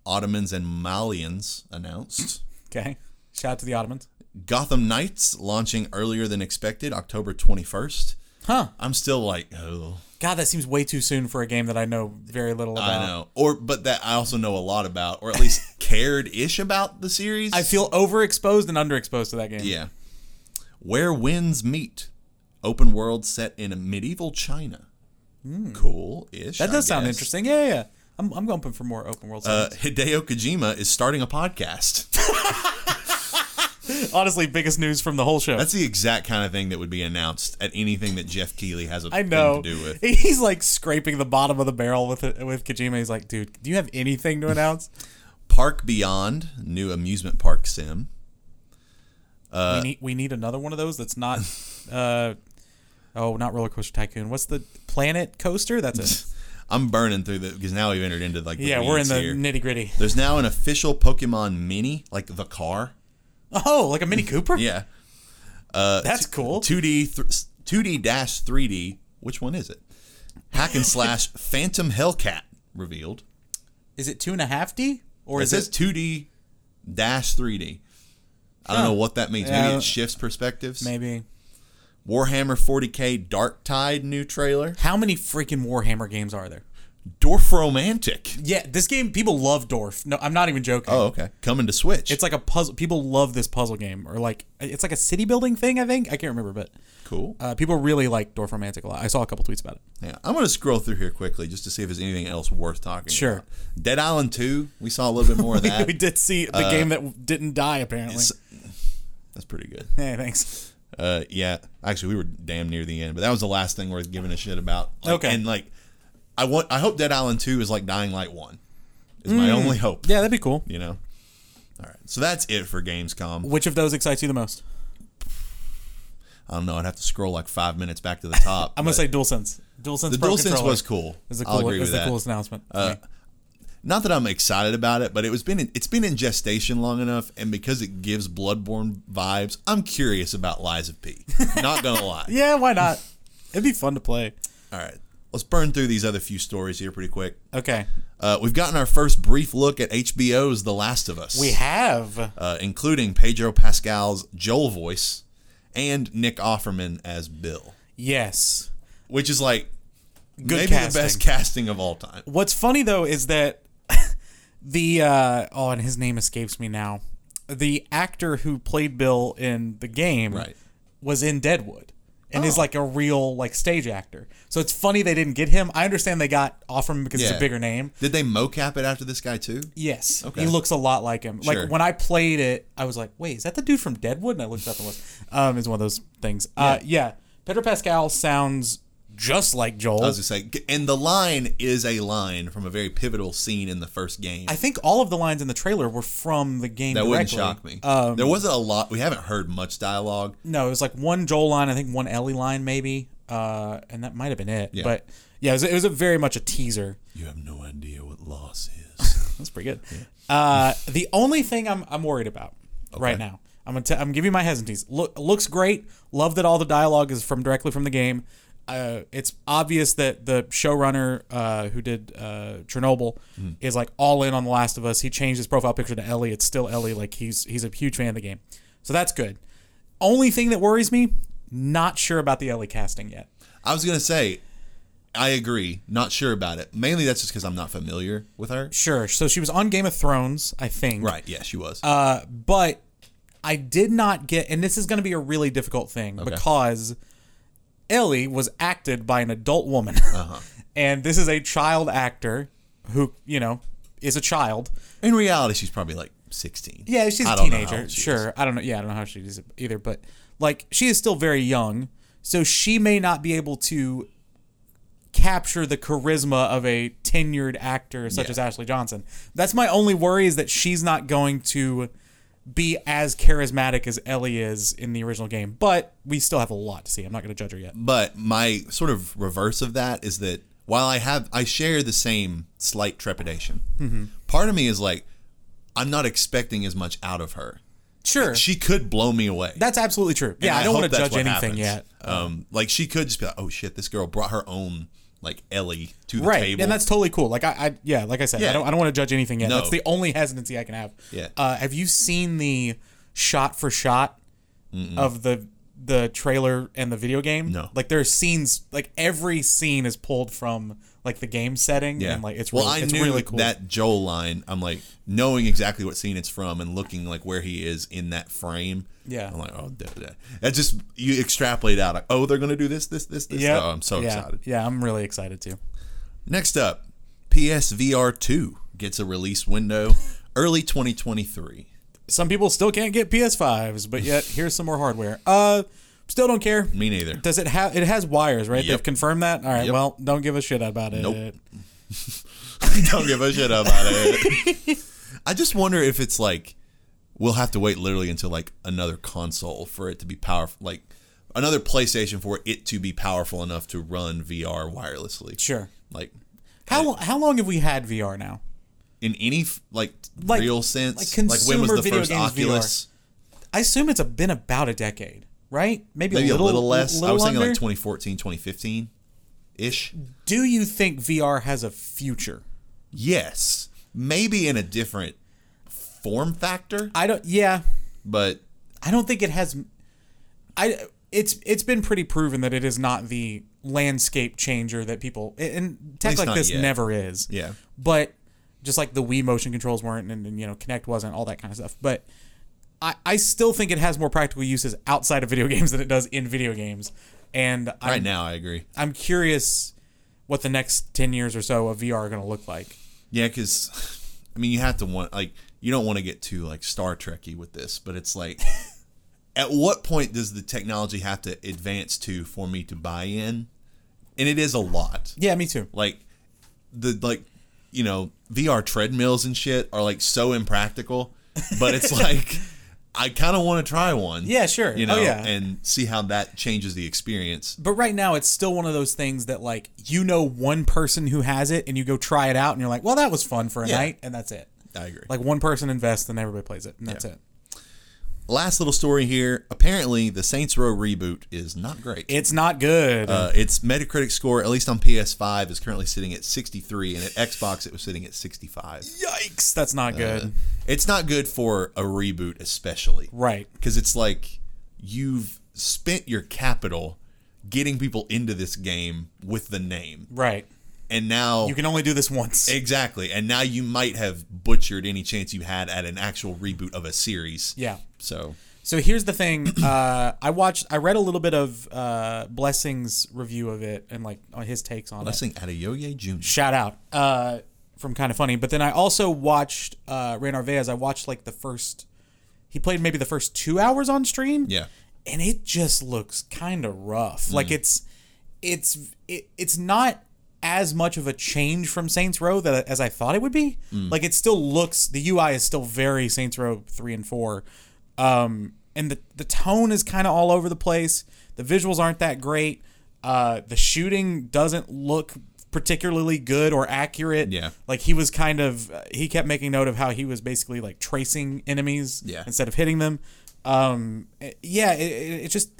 A: Ottomans and Malians announced.
B: Okay. Shout out to the Ottomans.
A: Gotham Knights launching earlier than expected, October 21st.
B: Huh.
A: I'm still like, oh,
B: God, that seems way too soon for a game that I know very little about.
A: I know. Or, but that I also know a lot about, or at least cared ish about the series.
B: I feel overexposed and underexposed to that game.
A: Yeah. Where Winds Meet, open world set in a medieval China. Cool ish.
B: Hmm. That does sound interesting. Yeah, yeah. yeah. I'm, I'm going for more open world.
A: Uh,
B: settings.
A: Hideo Kojima is starting a podcast.
B: Honestly, biggest news from the whole show.
A: That's the exact kind of thing that would be announced at anything that Jeff Keighley has a
B: I know.
A: thing to do with.
B: He's like scraping the bottom of the barrel with with Kojima. He's like, dude, do you have anything to announce?
A: Park Beyond, new amusement park sim. Uh,
B: we need we need another one of those that's not, uh, oh, not roller coaster tycoon. What's the planet coaster? That's it.
A: I'm burning through the because now we've entered into like the
B: yeah, we're in
A: weeds
B: the
A: here.
B: nitty gritty.
A: There's now an official Pokemon Mini, like the car.
B: Oh, like a Mini Cooper.
A: Yeah,
B: that's cool.
A: 2D th- 2D dash 3D. Which one is it? Hack and slash Phantom Hellcat revealed.
B: Is it two and a half D or
A: It
B: is
A: says
B: it?
A: 2D dash 3D. I don't know what that means.
B: Yeah, I
A: Maybe
B: don't-
A: it shifts perspectives.
B: Maybe.
A: Warhammer 40k Dark Tide new trailer.
B: How many freaking Warhammer games are there?
A: Dorf Romantic.
B: Yeah, this game people love Dorf. No, I'm not even joking.
A: Oh, okay. Coming to Switch.
B: It's like a puzzle. People love this puzzle game, or like it's like a city building thing. I think I can't remember, but
A: cool.
B: uh, people really like Dorf Romantic a lot. I saw a couple tweets about it.
A: Yeah, I'm gonna scroll through here quickly just to see if there's anything else worth talking.
B: Sure.
A: about. Dead Island 2. We saw a little bit more of that.
B: we did see the
A: uh,
B: game that didn't die apparently.
A: it's- That's pretty good.
B: Hey, thanks.
A: Uh, yeah, actually, we were damn near the end, but that was the last thing worth giving a shit about. Like,
B: Okay.
A: and like, I want, I hope Dead Island Two is like Dying Light One. Is my only hope.
B: Mm. Yeah, that'd be cool.
A: You know. All right, so that's it for Gamescom.
B: Which of those excites you the most?
A: I don't know. I'd have to scroll like five minutes back to the top.
B: I'm gonna say DualSense. DualSense.
A: Uh, the
B: Pro
A: DualSense
B: controller
A: was cool.
B: Is the,
A: I'll
B: cool,
A: agree with
B: is the
A: that. Uh,
B: coolest announcement. for me.
A: Not that I'm excited about it, but it was been in, it's been in gestation long enough, and because it gives Bloodborne vibes, I'm curious about Lies of P. Not gonna lie.
B: Yeah, why not? It'd be fun to play.
A: All right, let's burn through these other few stories here pretty quick.
B: Okay,
A: Uh, we've gotten our first brief look at HBO's The Last of Us.
B: we have.
A: uh, including Pedro Pascal's Joel voice and Nick Offerman as Bill,
B: Yes.
A: which is like
B: Good
A: maybe the
B: casting.
A: best casting of all time.
B: What's funny though is that the uh, oh, and his name escapes me now. The actor who played Bill in the game
A: Right. Oh.
B: was in Deadwood and is like a real like stage actor. So it's funny they didn't get him. I understand they got Offerman because he's
A: Yeah.
B: a bigger name.
A: Did they mocap it after this guy too?
B: Yes,
A: Okay.
B: he looks a lot like him.
A: Sure.
B: Like when I played it, I was like, "Wait, is that the dude from Deadwood?" And I looked up and was, um, it's one of those things. Uh, yeah, Pedro Pascal sounds just like Joel.
A: I was just saying, and the line is a line from a very pivotal scene in the first game.
B: I think all of the lines in the trailer were from the game.
A: that wouldn't
B: directly.
A: shock me.
B: Um,
A: there wasn't a lot. We haven't heard much dialogue.
B: no, it was like one Joel line, I think one Ellie line, maybe, uh, and that might have been it. But yeah, it was, it was a very much a teaser.
A: You have no idea what loss is.
B: That's pretty good. Uh, the only thing I'm, I'm worried about right now, I'm gonna t- I'm giving you my hesitancies. Look, looks great. Love that all the dialogue is from directly from the game. Uh, it's obvious that the showrunner uh, who did uh, Chernobyl is like all in on The Last of Us. He changed his profile picture to Ellie. It's still Ellie. Like he's he's a huge fan of the game, so that's good. Only thing that worries me, not sure about the Ellie casting yet.
A: I was gonna say, I agree. Not sure about it. Mainly that's just because I'm not familiar with her.
B: Sure. So she was on Game of Thrones, I think.
A: Right? Yeah, she was.
B: Uh, but I did not get, and this is going to be a really difficult thing because Ellie was acted by an adult woman, and this is a child actor who you know is a child.
A: In reality, she's probably like 16.
B: Yeah, she's
A: I
B: a
A: don't know how
B: teenager.
A: old she is.
B: sure, I don't know. Yeah, I don't know how she is either, but like she is still very young, so she may not be able to capture the charisma of a tenured actor such
A: Yeah.
B: as Ashley Johnson. That's my only worry is that she's not going to be as charismatic as Ellie is in the original game. But we still have a lot to see. I'm not going to judge her yet.
A: But my sort of reverse of that is that while I have, I share the same slight trepidation.
B: Mm-hmm.
A: Part of me is like, I'm not expecting as much out of her.
B: Sure.
A: She could blow me away.
B: that's absolutely true.
A: And
B: Yeah, I don't
A: hope
B: want to
A: that's
B: judge
A: what
B: anything
A: happens.
B: yet.
A: Um, like she could just be like, oh shit, this girl brought her own like Ellie to the
B: right
A: table.
B: and that's totally cool like i, I yeah like i said
A: Yeah.
B: i don't, I don't want to judge anything yet
A: No.
B: that's the only hesitancy i can have
A: Yeah.
B: uh, have you seen the shot for shot of the the trailer and the video game
A: No.
B: like there are scenes like every scene is pulled from like the game setting and like it's
A: well,
B: really,
A: I
B: it's
A: knew
B: really cool
A: that Joel line. I'm like knowing exactly what scene it's from and looking like where he is in that frame.
B: Yeah.
A: I'm like, oh, da, da, da. that just you extrapolate out. Like, oh, they're gonna do this, this, this, this.
B: Yep.
A: Oh, I'm so
B: yeah.
A: excited.
B: yeah i'm really excited too
A: Next up, PSVR two gets a release window early 2023.
B: some people still can't get ps5s but yet here's some more hardware uh still don't care
A: Me neither.
B: does it have it has wires right
A: Yep.
B: they've confirmed that all right
A: Yep.
B: well don't give a shit about it
A: Nope. Don't give a shit about it. I just wonder if it's like we'll have to wait literally until like another console for it to be powerful, like another PlayStation for it to be powerful enough to run VR wirelessly.
B: sure
A: Like
B: How how long have we had VR now?
A: in any f- like,
B: Like-
A: real
B: like
A: sense, like,
B: consumer
A: when was the
B: video
A: first
B: games VR.
A: Oculus?
B: I assume it's a, been about a decade, right? Maybe,
A: Maybe
B: a, little,
A: less. I was thinking
B: under.
A: like 2014, 2015 ish.
B: Do you think VR has a future?
A: Yes, maybe in a different form factor,
B: I don't. Yeah,
A: but
B: I don't think it has. I it's it's been pretty proven that it is not the landscape changer that people and tech
A: least
B: like
A: not
B: this
A: yet.
B: never is.
A: Yeah.
B: But just like the Wii motion controls weren't, and, and you know Connect wasn't, all that kind of stuff. But I I still think it has more practical uses outside of video games than it does in video games. And
A: right
B: I'm,
A: now I agree.
B: I'm curious what the next 10 years or so of VR are going to look like.
A: Yeah, because I mean, you have to want like you don't want to get too like Star Trekky with this, but it's like, at what point does the technology have to advance to for me to buy in? And it is a lot.
B: Yeah, me too.
A: Like the like you know VR treadmills and shit are like so impractical, but it's like. I kind of want to try one.
B: Yeah, sure.
A: You know,
B: oh, yeah.
A: and see how that changes the experience.
B: but right now, it's still one of those things that like you know one person who has it, and you go try it out, and you're like, well, that was fun for a
A: Yeah.
B: night, and that's it.
A: I agree.
B: Like one person invests, and everybody plays it, and that's it.
A: Last little story here. Apparently, the Saints Row reboot is not great.
B: It's not good.
A: Uh, its Metacritic score, at least on PS5, is currently sitting at 63, and at Xbox, it was sitting at 65.
B: Yikes! That's not good.
A: It's not good for a reboot, especially.
B: right.
A: Because it's like you've spent your capital getting people into this game with the name.
B: Right.
A: And now.
B: You can only do this once.
A: exactly. And now you might have butchered any chance you had at an actual reboot of a series.
B: yeah.
A: So.
B: So here's the thing. Uh, I watched. I read a little bit of uh, Blessing's review of it and like on his takes on it.
A: Blessing Adeyoye Jr.
B: shout out uh, from kind of funny. But then I also watched uh, Ray Narvaez. I watched like the first. He played maybe the first two hours on stream.
A: Yeah.
B: and it just looks kind of rough. Like it's, it's it, it's not as much of a change from Saints Row that as I thought it would be. Like it still looks the UI is still very Saints Row three and four, um, and the the tone is kind of all over the place. The visuals aren't that great. Uh, the shooting doesn't look particularly good or accurate.
A: Yeah.
B: like he was kind of he kept making note of how he was basically like tracing enemies
A: Yeah.
B: instead of hitting them. Um, eh, yeah, it, it, it just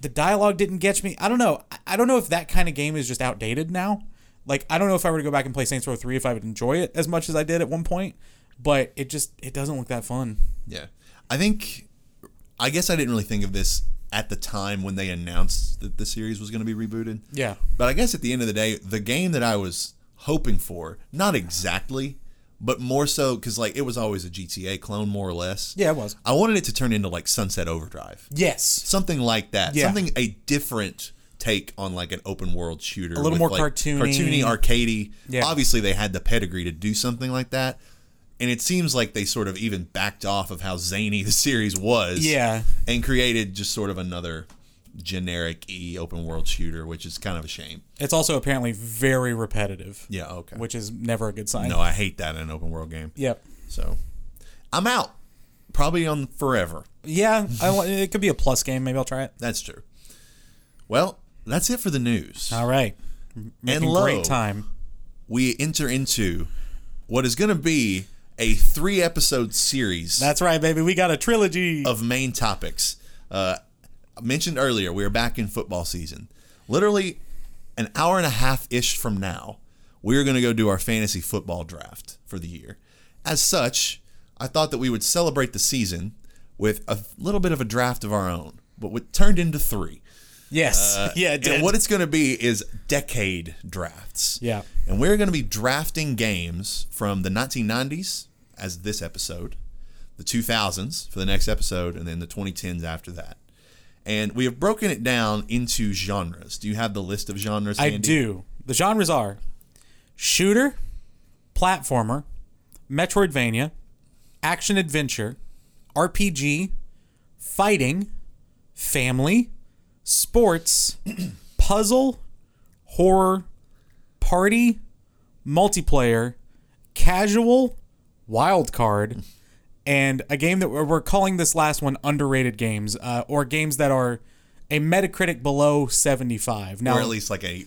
B: the dialogue didn't catch me. I don't know. I- I don't know if that kind of game is just outdated now. Like I don't know if I were to go back and play Saints Row Three if I would enjoy it as much as I did at one point. But it just it doesn't look that fun.
A: Yeah. I think I guess I didn't really think of this at the time when they announced that the series was going to be rebooted.
B: Yeah.
A: But I guess at the end of the day, the game that I was hoping for, not exactly, but more so cuz like it was always a GTA clone more or less.
B: Yeah, it was.
A: I wanted it to turn into like Sunset Overdrive.
B: Yes.
A: Something like that.
B: Yeah.
A: Something a different take on like an open world shooter. A
B: little more cartoony.
A: Cartoony, arcadey.
B: Yeah.
A: Obviously they had the pedigree to do something like that. And it seems like they sort of even backed off of how zany the series was.
B: Yeah.
A: And created just sort of another generic e open world shooter, which is kind of a shame.
B: It's also apparently very repetitive.
A: Yeah, okay.
B: Which is never a good sign.
A: no, I hate that in an open world game.
B: Yep.
A: So I'm out. Probably on forever.
B: Yeah. I, wa- it could be a plus game. Maybe I'll try it.
A: That's true. Well, that's it for the news.
B: All right.
A: and
B: Making
A: lo,
B: great time.
A: we enter into what is going to be a three episode series
B: That's right, baby. We got a trilogy.
A: of main topics. Uh, I mentioned earlier, we are back in football season. Literally an hour and a half ish from now, we are going to go do our fantasy football draft for the year. As such, I thought that we would celebrate the season with a little bit of a draft of our own, but what turned into three.
B: yes. yeah. It did.
A: And what it's going to be is decade drafts.
B: Yeah.
A: And we're going to be drafting games from the 1990s as this episode, the 2000s for the next episode, and then the 2010s after that. And we have broken it down into genres. Do you have the list of genres?
B: I
A: handy?
B: do. The genres are shooter, platformer, Metroidvania, action adventure, RPG, fighting, family, sports, puzzle, horror, party, multiplayer, casual, wild card, and a game that we're we're calling this last one underrated games uh, or games that are a Metacritic below 75. Now,
A: Or at least like a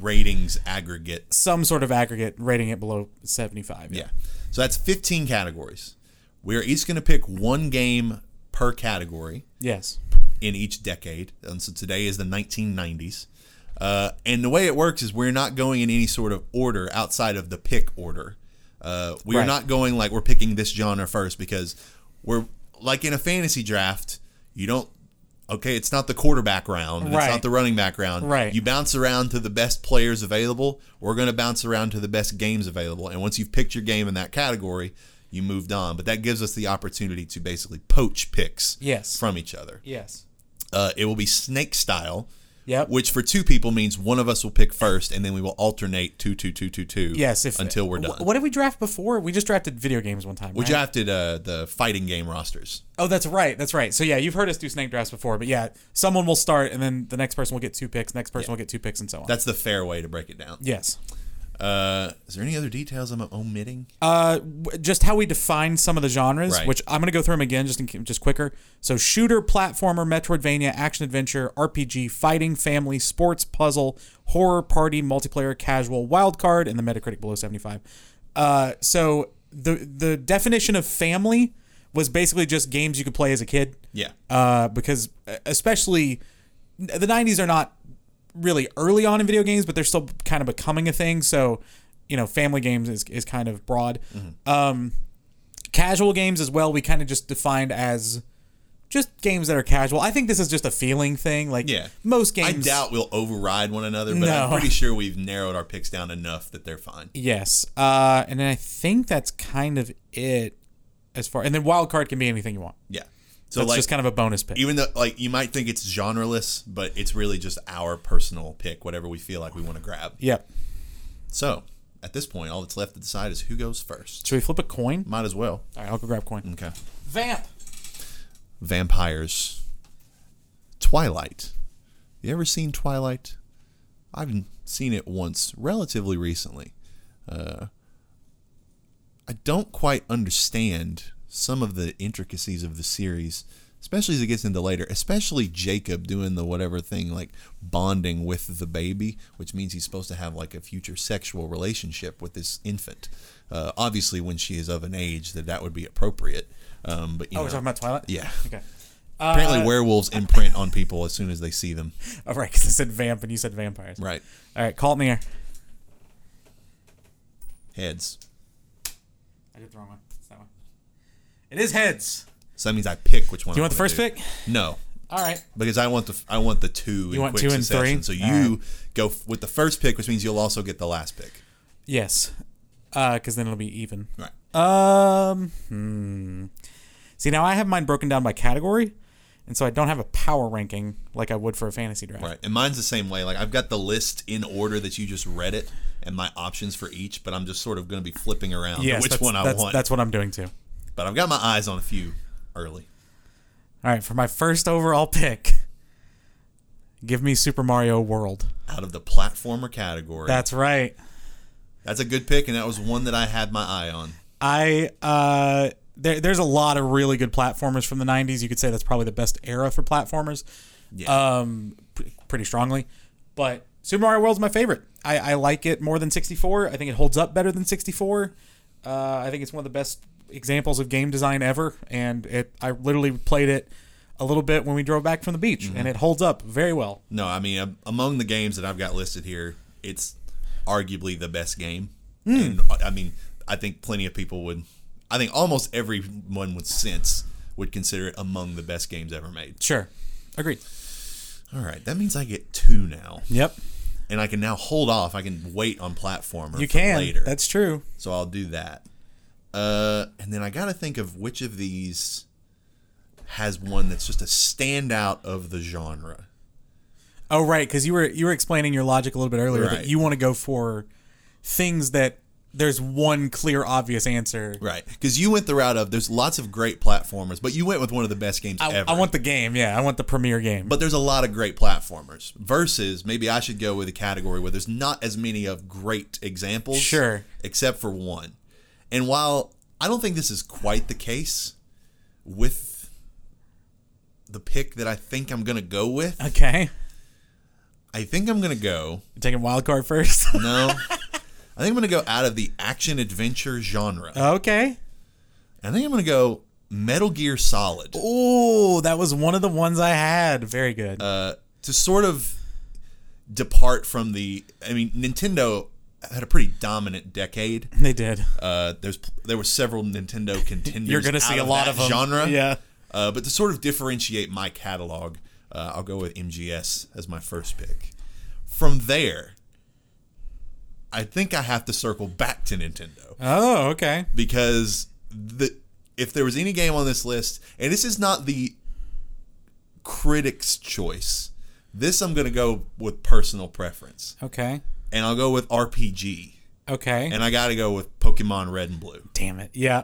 A: ratings aggregate.
B: some sort of aggregate rating it below 75.
A: Yeah. So that's 15 categories. We are each going to pick one game per category.
B: Yes.
A: in each decade. And so today is the 1990s. Uh, and the way it works is we're not going in any sort of order outside of the pick order. Uh, we are
B: Right.
A: not going like we're picking this genre first because we're like in a fantasy draft, you don't. Okay, it's not the quarterback round. and It's
B: Right.
A: not the running back round.
B: Right.
A: You bounce around to the best players available. We're going to bounce around to the best games available. And once you've picked your game in that category, you moved on. But that gives us the opportunity to basically poach picks
B: Yes.
A: from each other.
B: Yes.
A: Uh, it will be snake style.
B: Yep.
A: Which for two people means one of us will pick first, and then we will alternate two, two, two, two, two.
B: Yes. If
A: until we're done.
B: Wh- What did we draft before? We just drafted video games one time.
A: we
B: right?
A: drafted uh, the fighting game rosters.
B: oh, that's right. That's right. So yeah, you've heard us do snake drafts before, but yeah, someone will start, and then the next person will get two picks. Next person will get two picks, and so on.
A: That's the fair way to break it down.
B: yes.
A: Uh, is there any other details I'm omitting?
B: Uh, w- just how we define some of the genres,
A: Right.
B: which I'm gonna go through them again, just in, ca- just quicker. So shooter, platformer, Metroidvania, action adventure, RPG, fighting, family, sports, puzzle, horror, party, multiplayer, casual, wildcard, and the Metacritic below 75. Uh, so the the definition of family was basically just games you could play as a kid.
A: Yeah.
B: Uh, because especially the 90s are not really early on in video games, but they're still kind of becoming a thing. So, you know, family games is, is kind of broad.
A: Mm-hmm.
B: Um, casual games as well, we kind of just defined as just games that are casual. I think this is just a feeling thing. Like,
A: Yeah.
B: most
A: I
B: games.
A: doubt we'll override one another, but I'm
B: No.
A: pretty sure we've narrowed our picks down enough that they're fine.
B: Yes. Uh, and then I think that's kind of it as far. And then wild card can be anything you want.
A: Yeah. So
B: So it's
A: like
B: just kind of a bonus pick.
A: even though like you might think it's genreless, but it's really just our personal pick, whatever we feel like we want to grab.
B: yep.
A: So at this point, all that's left to decide is who goes first.
B: Should we flip a coin?
A: Might as well.
B: All right, I'll go grab coin.
A: Okay.
B: Vamp. Oh,
A: Vampires. Twilight. You ever seen Twilight? I've seen it once, relatively recently. Uh, I don't quite understand some of the intricacies of the series, especially as it gets into later. Especially Jacob doing the whatever thing, like bonding with the baby, which means he's supposed to have like a future sexual relationship with this infant. Uh, obviously, when she is of an age that that would be appropriate. Um, but you
B: Oh,
A: know,
B: we're talking about Twilight?
A: yeah.
B: Okay.
A: Apparently, werewolves imprint on people as soon as they see them.
B: All Oh, right, because I said vamp and you said vampires.
A: Right.
B: All right, call it in the air.
A: Heads.
B: I did the wrong one. It's that one. It is heads.
A: So that means I pick which one.
B: Do you
A: I
B: want the
A: wanna
B: first
A: do.
B: pick?
A: No,
B: All right.
A: because I want the I want the two. in
B: want
A: quick
B: two and
A: succession.
B: three?
A: So
B: All
A: you go f- with the first pick, which means you'll also get the last pick.
B: Yes. Because then it'll be even.
A: Right.
B: Um. Hmm. See, now I have mine broken down by category, and so I don't have a power ranking like I would for a fantasy draft.
A: Right. And mine's the same way. Like I've got the list in order that you just read it, and my options for each. But I'm just sort of going to be flipping around
B: Yes,
A: which
B: that's-
A: one I
B: that's,
A: want.
B: That's what I'm doing too.
A: but I've got my eyes on a few early.
B: All right, for my first overall pick, give me Super Mario World.
A: Out of the platformer category,
B: That's right.
A: that's a good pick, and that was one that I had my eye on.
B: I uh, there, there's a lot of really good platformers from the '90s. You could say that's probably the best era for platformers,
A: Yeah.
B: um, p- pretty strongly. But Super Mario World's my favorite. I, I like it more than 64. I think it holds up better than 64. Uh, I think it's one of the best examples of game design ever, and it I literally played it a little bit when we drove back from the beach, and it holds up very well.
A: No, I mean ab- among the games that I've got listed here, it's arguably the best game. And uh, I mean, I think plenty of people would. I think almost everyone with sense would consider it among the best games ever made.
B: Sure, agreed.
A: All right, that means I get two now,
B: Yep,
A: and I can now hold off. I can wait on platformer.
B: you
A: for
B: can.
A: later,
B: That's true.
A: so I'll do that. Uh, and then I got to think of which of these has one that's just a standout of the genre.
B: Oh right, because you were you were explaining your logic a little bit earlier
A: Right.
B: that you want to go for things that there's one clear obvious answer.
A: Right, because you went the route of there's lots of great platformers, but you went with one of the best games
B: I,
A: ever.
B: I want the game, yeah. I want the premier game.
A: but there's a lot of great platformers. Versus, maybe I should go with a category where there's not as many of great examples,
B: Sure.
A: except for one. And while I don't think this is quite the case with the pick that I think I'm gonna go with,
B: okay,
A: I think I'm gonna go
B: You're taking wild card first.
A: no. I think I'm gonna go out of the action adventure genre.
B: Uh, okay.
A: I think I'm gonna go Metal Gear Solid.
B: Oh, that was one of the ones I had. Very good.
A: uh, to sort of depart from the. I mean, Nintendo had a pretty dominant decade.
B: they did.
A: Uh, there's there were several Nintendo contenders.
B: You're gonna
A: out
B: see a lot
A: that
B: of 'em.
A: genre.
B: Yeah.
A: Uh, but to sort of differentiate my catalog, uh, I'll go with MGS as my first pick. From there, I think I have to circle back to Nintendo
B: Oh, okay.
A: because the if there was any game on this list, and this is not the critic's choice. This I'm gonna go with personal preference,
B: Okay.
A: and I'll go with RPG,
B: Okay.
A: and I gotta go with Pokemon Red and Blue
B: Damn it. Yeah.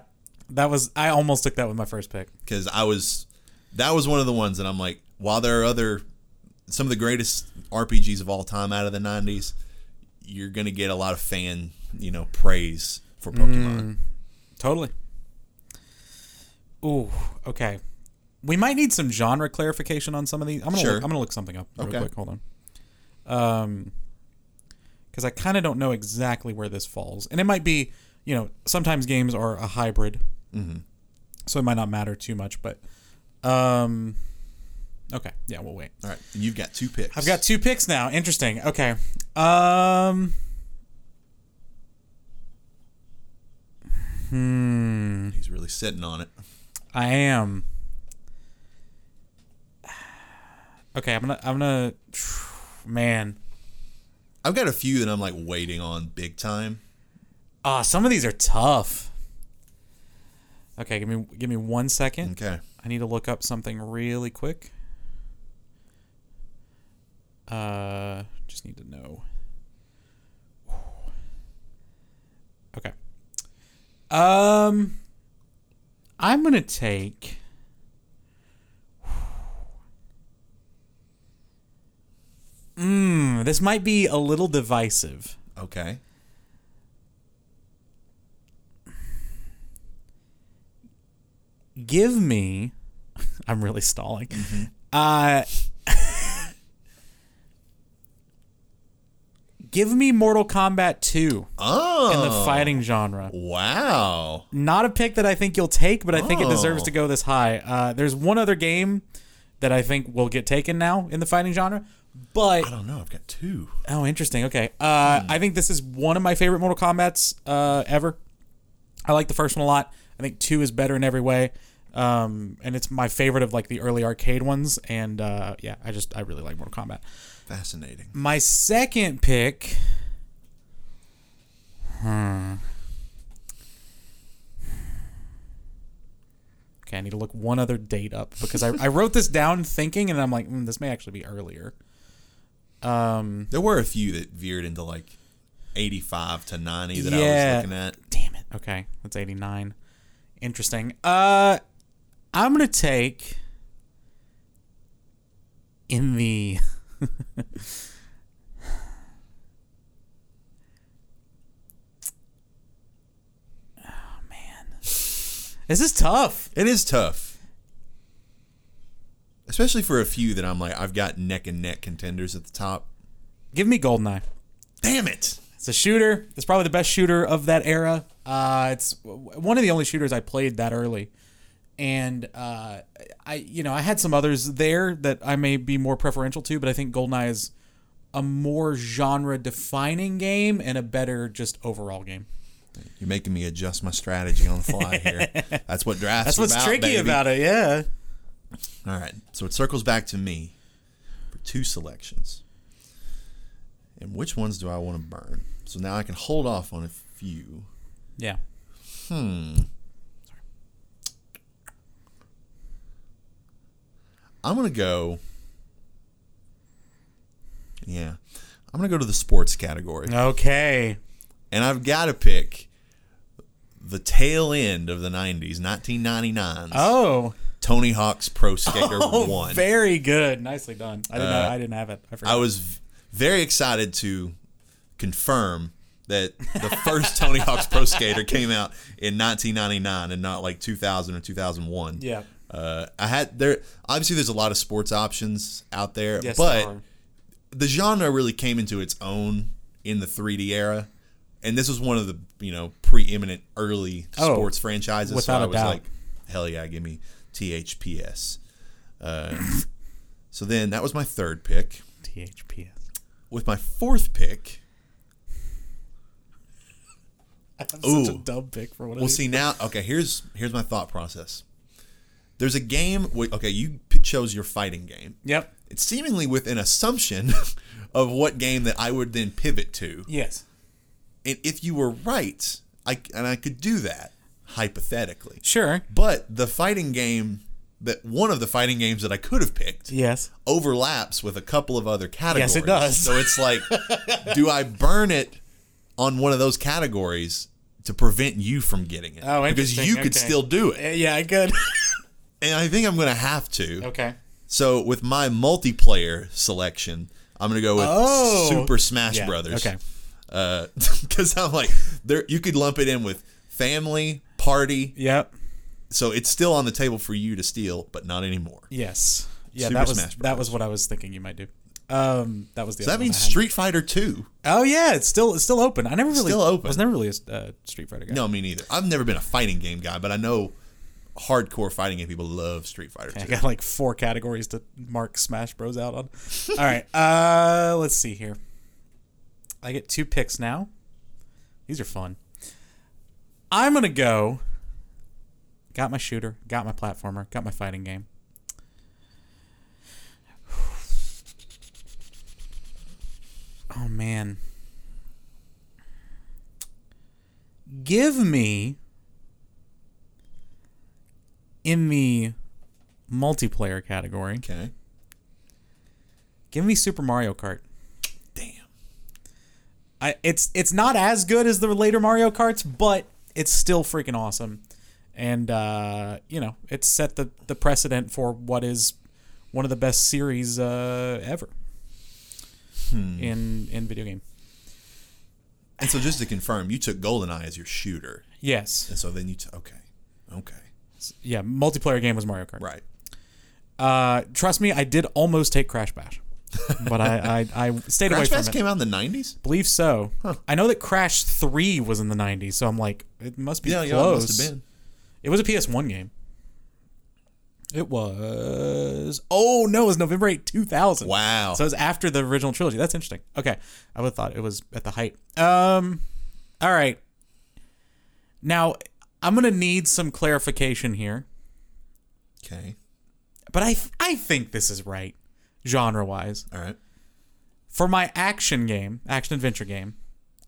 B: That was I almost took that with my first pick.
A: because I was that was one of the ones that I'm like, while there are other some of the greatest RPGs of all time out of the '90s, you're gonna get a lot of fan, you know, praise for
B: Mm.
A: Pokemon.
B: Totally. Ooh, okay. We might need some genre clarification on some of these. I'm gonna
A: Sure.
B: look, I'm gonna look something up real
A: Okay.
B: quick. Hold on. Um, because I kind of don't know exactly where this falls, and it might be, you know, sometimes games are a hybrid,
A: Mm-hmm.
B: so it might not matter too much. But, um, okay, yeah, we'll wait.
A: All right, and you've got two picks.
B: I've got two picks now. Interesting. Okay. Um.
A: He's really sitting on it.
B: I am. Okay, I'm gonna. I'm gonna. Man,
A: I've got a few that I'm like waiting on big time.
B: ah, some of these are tough. Okay, give me give me one second.
A: Okay,
B: I need to look up something really quick. Uh, just need to know. Okay. Um, I'm gonna take. Mmm, this might be a little divisive.
A: okay.
B: give me i'm really stalling uh give me mortal kombat 2
A: Oh,
B: in the fighting genre
A: Wow.
B: not a pick that i think you'll take but i think it deserves
A: Oh.
B: to go this high uh, there's one other game that i think will get taken now in the fighting genre but
A: I don't know. I've got two.
B: Oh, interesting. Okay. Uh, I think this is one of my favorite Mortal Kombat's uh, ever. I like the first one a lot. I think two is better in every way. Um, and it's my favorite of like the early arcade ones. And uh, yeah, I just, I really like Mortal Kombat.
A: Fascinating.
B: My second pick. Hmm. Okay, I need to look one other date up because I, I wrote this down thinking and I'm like, mm, this may actually be earlier. Um,
A: There were a few that veered into like 85 to 90 that I
B: Yeah.
A: was looking at.
B: Damn it. Okay, that's 89. Interesting. Uh I'm going to take in the Oh man. This is tough.
A: It is tough. Especially for a few that I'm like, I've got neck and neck contenders at the top.
B: Give me Goldeneye.
A: Damn it.
B: It's a shooter. It's probably the best shooter of that era. Uh, it's w- one of the only shooters I played that early, and uh, I, you know, I had some others there that I may be more preferential to, but I think Goldeneye is a more genre-defining game and a better just overall game.
A: You're making me adjust my strategy on the fly here. That's what drafts
B: That's what's
A: about,
B: tricky
A: baby.
B: about it. Yeah.
A: All right. So it circles back to me for two selections. And which ones do I want to burn? So now I can hold off on a few.
B: Yeah.
A: I'm gonna go. Yeah, I'm gonna go to the sports category,
B: Okay.
A: and I've got to pick the tail end of the '90s, 1999's
B: Oh.
A: Tony Hawk's Pro Skater
B: Oh,
A: One.
B: very good. Nicely done. I didn't. I didn't have it. Uh, I forgot.
A: I was v- very excited to confirm that the first Tony Hawk's Pro Skater came out in 1999 and not like 2000 or 2001.
B: Yeah.
A: Uh, I had there obviously there's a lot of sports options out there,
B: Yes,
A: but
B: there are.
A: the genre really came into its own in the 3D era, and this was one of the you know preeminent early
B: Oh,
A: sports franchises.
B: without
A: so I
B: a
A: was
B: doubt.
A: like, hell yeah, give me THPS. Uh, so then that was my third pick.
B: THPS.
A: With my fourth pick,
B: That's such a
A: Ooh.
B: dumb pick for what it
A: we'll
B: is.
A: see now. Okay, here's here's my thought process. There's a game. wh- Okay, you p- chose your fighting game.
B: Yep.
A: It's seemingly with an assumption of what game that I would then pivot to.
B: Yes.
A: and if you were right, I and I could do that hypothetically.
B: Sure.
A: But the fighting game that one of the fighting games that I could have picked
B: Yes.
A: overlaps with a couple of other categories.
B: does.
A: So it's like, do I burn it on one of those categories to prevent you from getting it?
B: Oh,
A: because
B: interesting.
A: you could
B: Okay. Eh.
A: still do it,
B: Uh, Yeah, I could.
A: and I think I'm going to have to.
B: okay.
A: So with my multiplayer selection, I'm going to go with
B: Oh.
A: Super Smash
B: Yeah,
A: Brothers.
B: okay.
A: because I'm like there. You could lump it in with family party,
B: Yep.
A: so it's still on the table for you to steal, but not anymore.
B: Yes. Yeah,
A: Super
B: that was
A: Smash
B: that was what I was thinking you might do. Um, that was the.
A: So
B: other
A: that
B: one
A: means
B: I had.
A: Street Fighter Two.
B: Oh yeah, it's still it's still open. I never really
A: Still open.
B: I was never really a uh, Street Fighter guy.
A: No, me neither. I've never been a fighting game guy, but I know hardcore fighting game people love Street Fighter
B: I
A: Two.
B: got like four categories to mark Smash Bros out on. All right, uh, let's see here. I get two picks now. These are fun. I'm gonna go. Got my shooter. Got my platformer. Got my fighting game. Oh man. Give me in the multiplayer category.
A: Okay.
B: Give me Super Mario Kart.
A: Damn.
B: I it's it's not as good as the later Mario Karts, but it's still freaking awesome. And uh, you know, it set the the precedent for what is one of the best series uh, ever
A: Hmm.
B: in in video game.
A: And so just to confirm, you took Goldeneye as your shooter,
B: Yes.
A: and so then you took okay, okay,
B: Yeah, multiplayer game was Mario Kart.
A: right.
B: Uh, trust me, I did almost take Crash Bash, but I I, I stayed away
A: Crash
B: from
A: Bash
B: it.
A: came out in the nineties.
B: Believe so. I know that Crash Three was in the '90s, so I'm like, it must be
A: Yeah, yeah, it
B: close.
A: must have been.
B: It was a PS1 game. It was. Oh no, it was November 8, 2000.
A: Wow.
B: So it was after the original trilogy. That's interesting. Okay, I would have thought it was at the height. Um, all right. Now I'm gonna need some clarification here,
A: Okay,
B: but I I think this is right, genre wise.
A: all right.
B: For my action game, action adventure game,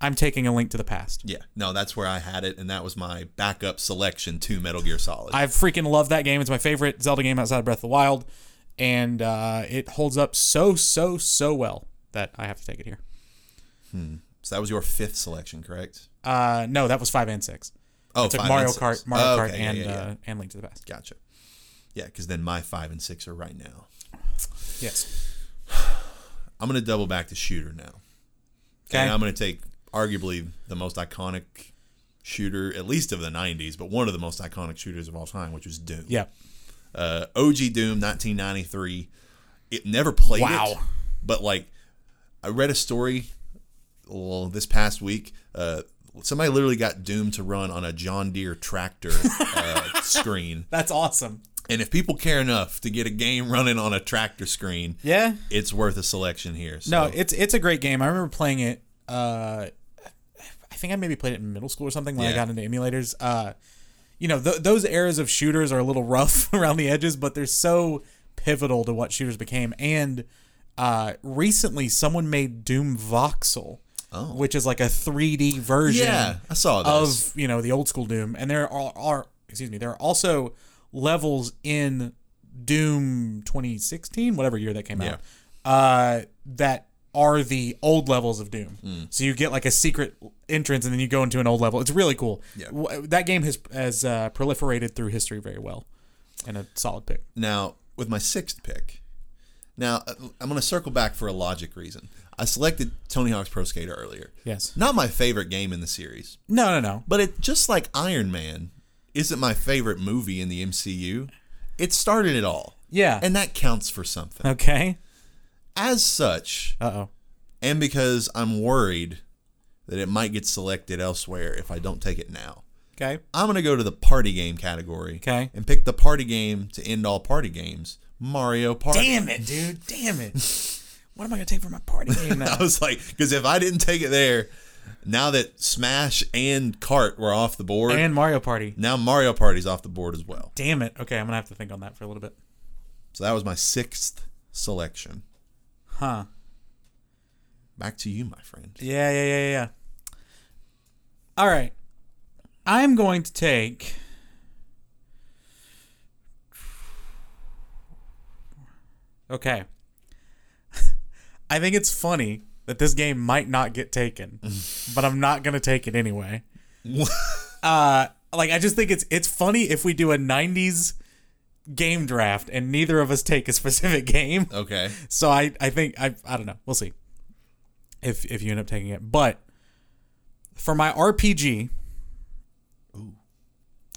B: I'm taking a Link to the Past.
A: Yeah, no, that's where I had it, and that was my backup selection to Metal Gear Solid.
B: I freaking love that game. It's my favorite Zelda game outside of Breath of the Wild, and uh, it holds up so so so well that I have to take it here.
A: so that was your fifth selection, correct?
B: Uh, no, that was five and six.
A: Oh,
B: I took
A: five
B: Mario
A: and six.
B: Kart, Mario
A: Oh,
B: Kart,
A: okay, yeah,
B: and
A: yeah, yeah.
B: Uh, and Link to the Past.
A: gotcha. Yeah, because then my five and six are right now.
B: Yes.
A: I'm gonna double back to shooter now.
B: Okay.
A: And I'm going to take arguably the most iconic shooter, at least of the 90s, but one of the most iconic shooters of all time, which was Doom.
B: yeah.
A: Uh, OG Doom, 1993. It never played it,
B: Wow.
A: but like I read a story well, this past week. Uh, somebody literally got Doom to run on a John Deere tractor uh, screen,
B: That's awesome.
A: and if people care enough to get a game running on a tractor screen,
B: Yeah.
A: it's worth a selection here. So.
B: No, it's it's a great game. I remember playing it. Uh, I think I maybe played it in middle school or something when I
A: Yeah.
B: got into emulators. Uh, you know, th- those eras of shooters are a little rough around the edges, but they're so pivotal to what shooters became. And uh, recently, someone made Doom Voxel,
A: Oh.
B: which is like a 3D version
A: yeah, I saw this.
B: of you know the old school Doom, and there are, are excuse me, there are also levels in Doom 2016, whatever year that came out, uh, that are the old levels of Doom.
A: Hmm.
B: So you get like a secret entrance, and then you go into an old level. It's really cool.
A: Yeah.
B: W- that game has has uh, proliferated through history very well, and a solid pick.
A: Now, with my sixth pick, now uh, I'm going to circle back for a logic reason. I selected Tony Hawk's Pro Skater earlier.
B: Yes.
A: Not my favorite game in the series,
B: No, no, no.
A: but it just like Iron Man isn't my favorite movie in the MCU. It started it all.
B: Yeah.
A: And that counts for something.
B: okay.
A: As such,
B: Uh oh.
A: and because I'm worried that it might get selected elsewhere if I don't take it now,
B: Okay.
A: I'm going to go to the party game category
B: Okay.
A: and pick the party game to end all party games Mario Party.
B: Damn it, dude. Damn it. What am I gonna take for my party game now?
A: I was like, because if I didn't take it there, now that Smash and Kart were off the board,
B: and Mario Party.
A: now Mario Party's off the board as well.
B: Damn it. Okay, I'm gonna have to think on that for a little bit.
A: So that was my sixth selection.
B: Huh.
A: Back to you, my friend.
B: Yeah, yeah, yeah, yeah. All right. I'm going to take. Okay. I think it's funny that this game might not get taken, but I'm not going to take it anyway. uh, like I just think it's it's funny if we do a 90s game draft and neither of us take a specific game.
A: Okay.
B: So I, I think I I don't know. We'll see. If if you end up taking it. But For my RPG,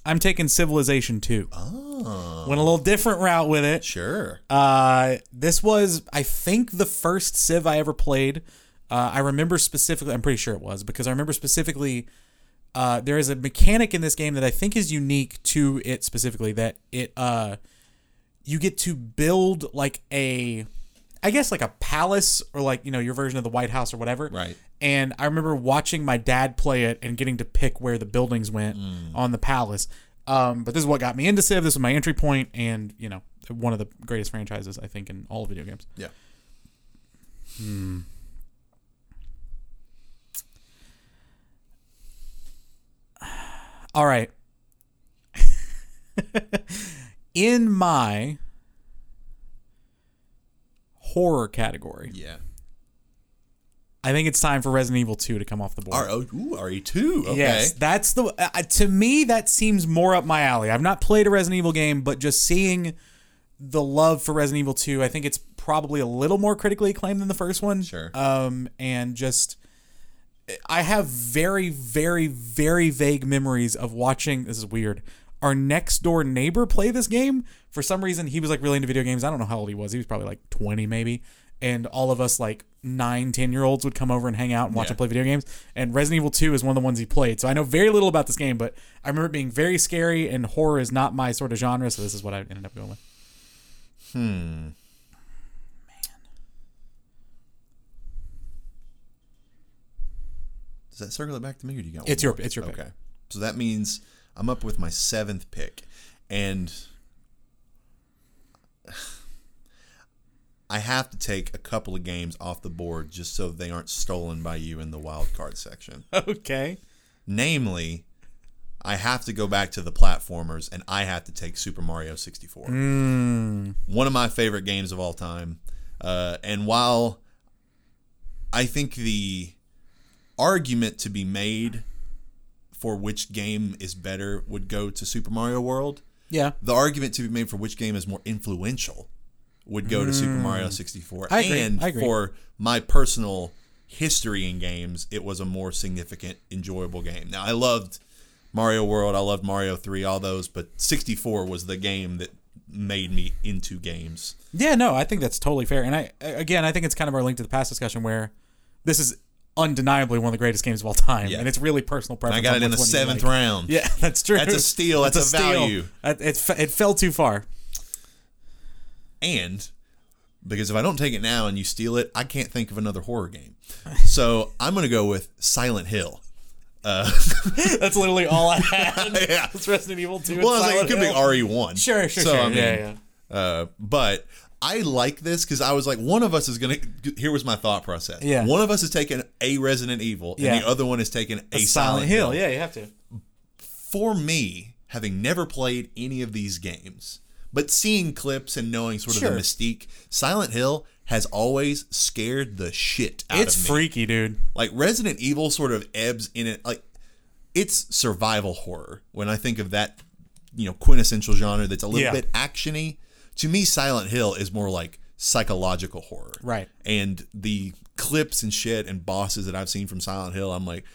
B: I'm taking Civilization 2.
A: Oh,
B: Went a little different route with it.
A: sure.
B: Uh, this was, I think, the first Civ I ever played. Uh, I remember specifically, I'm pretty sure it was, because I remember specifically uh, there is a mechanic in this game that I think is unique to it specifically that it uh, you get to build like a, I guess, like a palace or like, you know, your version of the White House or whatever.
A: Right.
B: And I remember watching my dad play it and getting to pick where the buildings went on the palace. Um, but this is what got me into Civ. This was my entry point, and you know, one of the greatest franchises I think in all of video games.
A: Yeah.
B: All right. in my horror category,
A: Yeah.
B: I think it's time for Resident Evil 2 to come off the board.
A: R O ooh, RE two. Okay.
B: Yes, that's the. Uh, to me, that seems more up my alley. I've not played a Resident Evil game, but just seeing the love for Resident Evil 2, I think it's probably a little more critically acclaimed than the first one.
A: Sure.
B: Um, and just. I have very, very, very vague memories of watching. This is weird. Our next door neighbor play this game. For some reason, he was like really into video games. I don't know how old he was. He was probably like 20, maybe. And all of us, like nine, 10 year olds, would come over and hang out and watch
A: Yeah.
B: him play video games. And Resident Evil 2 is one of the ones he played. So I know very little about this game, but I remember it being very scary, and horror is not my sort of genre. So this is what I ended up going with.
A: Does that circle it back to me, or do you got? one
B: It's your-
A: more?
B: it's your pick.
A: Okay. So that means I'm up with my seventh pick, and I have to take a couple of games off the board just so they aren't stolen by you in the wild card section.
B: Okay.
A: Namely, I have to go back to the platformers and I have to take Super Mario 64. One of my favorite games of all time. Uh, and while I think the argument to be made for which game is better would go to Super Mario World,
B: Yeah.
A: the argument to be made for which game is more influential would go to Super Mario 64.
B: Mm. I agree.
A: And
B: I agree.
A: for my personal history in games, it was a more significant, enjoyable game. Now, I loved Mario World, I loved Mario 3, all those, but 64 was the game that made me into games.
B: Yeah, no, I think that's totally fair. And I again, I think it's kind of our link to the past discussion where this is undeniably one of the greatest games of all time,
A: Yeah.
B: and it's really personal preference.
A: I got
B: on
A: it in the
B: which one you
A: seventh
B: like.
A: round.
B: Yeah, that's true.
A: That's a steal. That's a value.
B: It, it, fe- it fell too far.
A: And because if I don't take it now and you steal it, I can't think of another horror game. So I'm going to go with Silent Hill.
B: That's literally all I had.
A: Yeah.
B: It's Resident Evil 2.
A: Well, I was like, it could be RE one.
B: Sure, sure,
A: so,
B: sure.
A: I mean,
B: yeah, yeah.
A: Uh, but I like this because I was like, one of us is gonna. Here was my thought process.
B: Yeah.
A: One of us is taking a Resident Evil,
B: Yeah.
A: and the other one is taking a,
B: Silent,
A: Silent
B: Hill. Yeah, you have to.
A: For me, having never played any of these games, but seeing clips and knowing sort of
B: Sure.
A: the mystique, Silent Hill has always scared the shit out
B: It's
A: of me.
B: freaky, dude.
A: Like Resident Evil sort of ebbs in it. Like it's survival horror. When I think of that, you know, quintessential genre that's a little
B: Yeah.
A: bit actiony. To me, Silent Hill is more like psychological horror.
B: Right.
A: And the clips and shit and bosses that I've seen from Silent Hill, I'm like,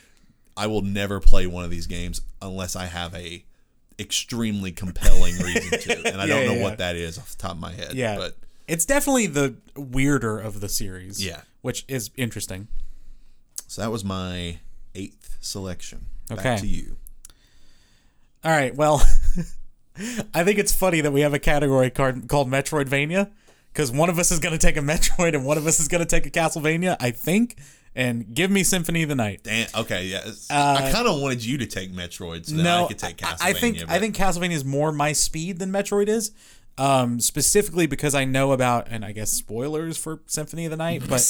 A: I will never play one of these games unless I have a extremely compelling reason to. And I
B: Yeah,
A: don't know
B: yeah, yeah.
A: what that is off the top of my head.
B: Yeah.
A: But
B: it's definitely the weirder of the series.
A: Yeah.
B: Which is interesting.
A: so that was my eighth selection.
B: Okay.
A: Back to you.
B: All right. Well, I think it's funny that we have a category card called Metroidvania because one of us is going to take a Metroid and one of us is going to take a Castlevania, I think. And give me Symphony of the Night.
A: Damn. Okay. Yeah. it's- I kind of wanted you to take Metroid so that I could take Castlevania.
B: Uh, I think I
A: but-
B: think Castlevania is more my speed than Metroid is. Um, specifically because I know about, and I guess spoilers for Symphony of the Night, but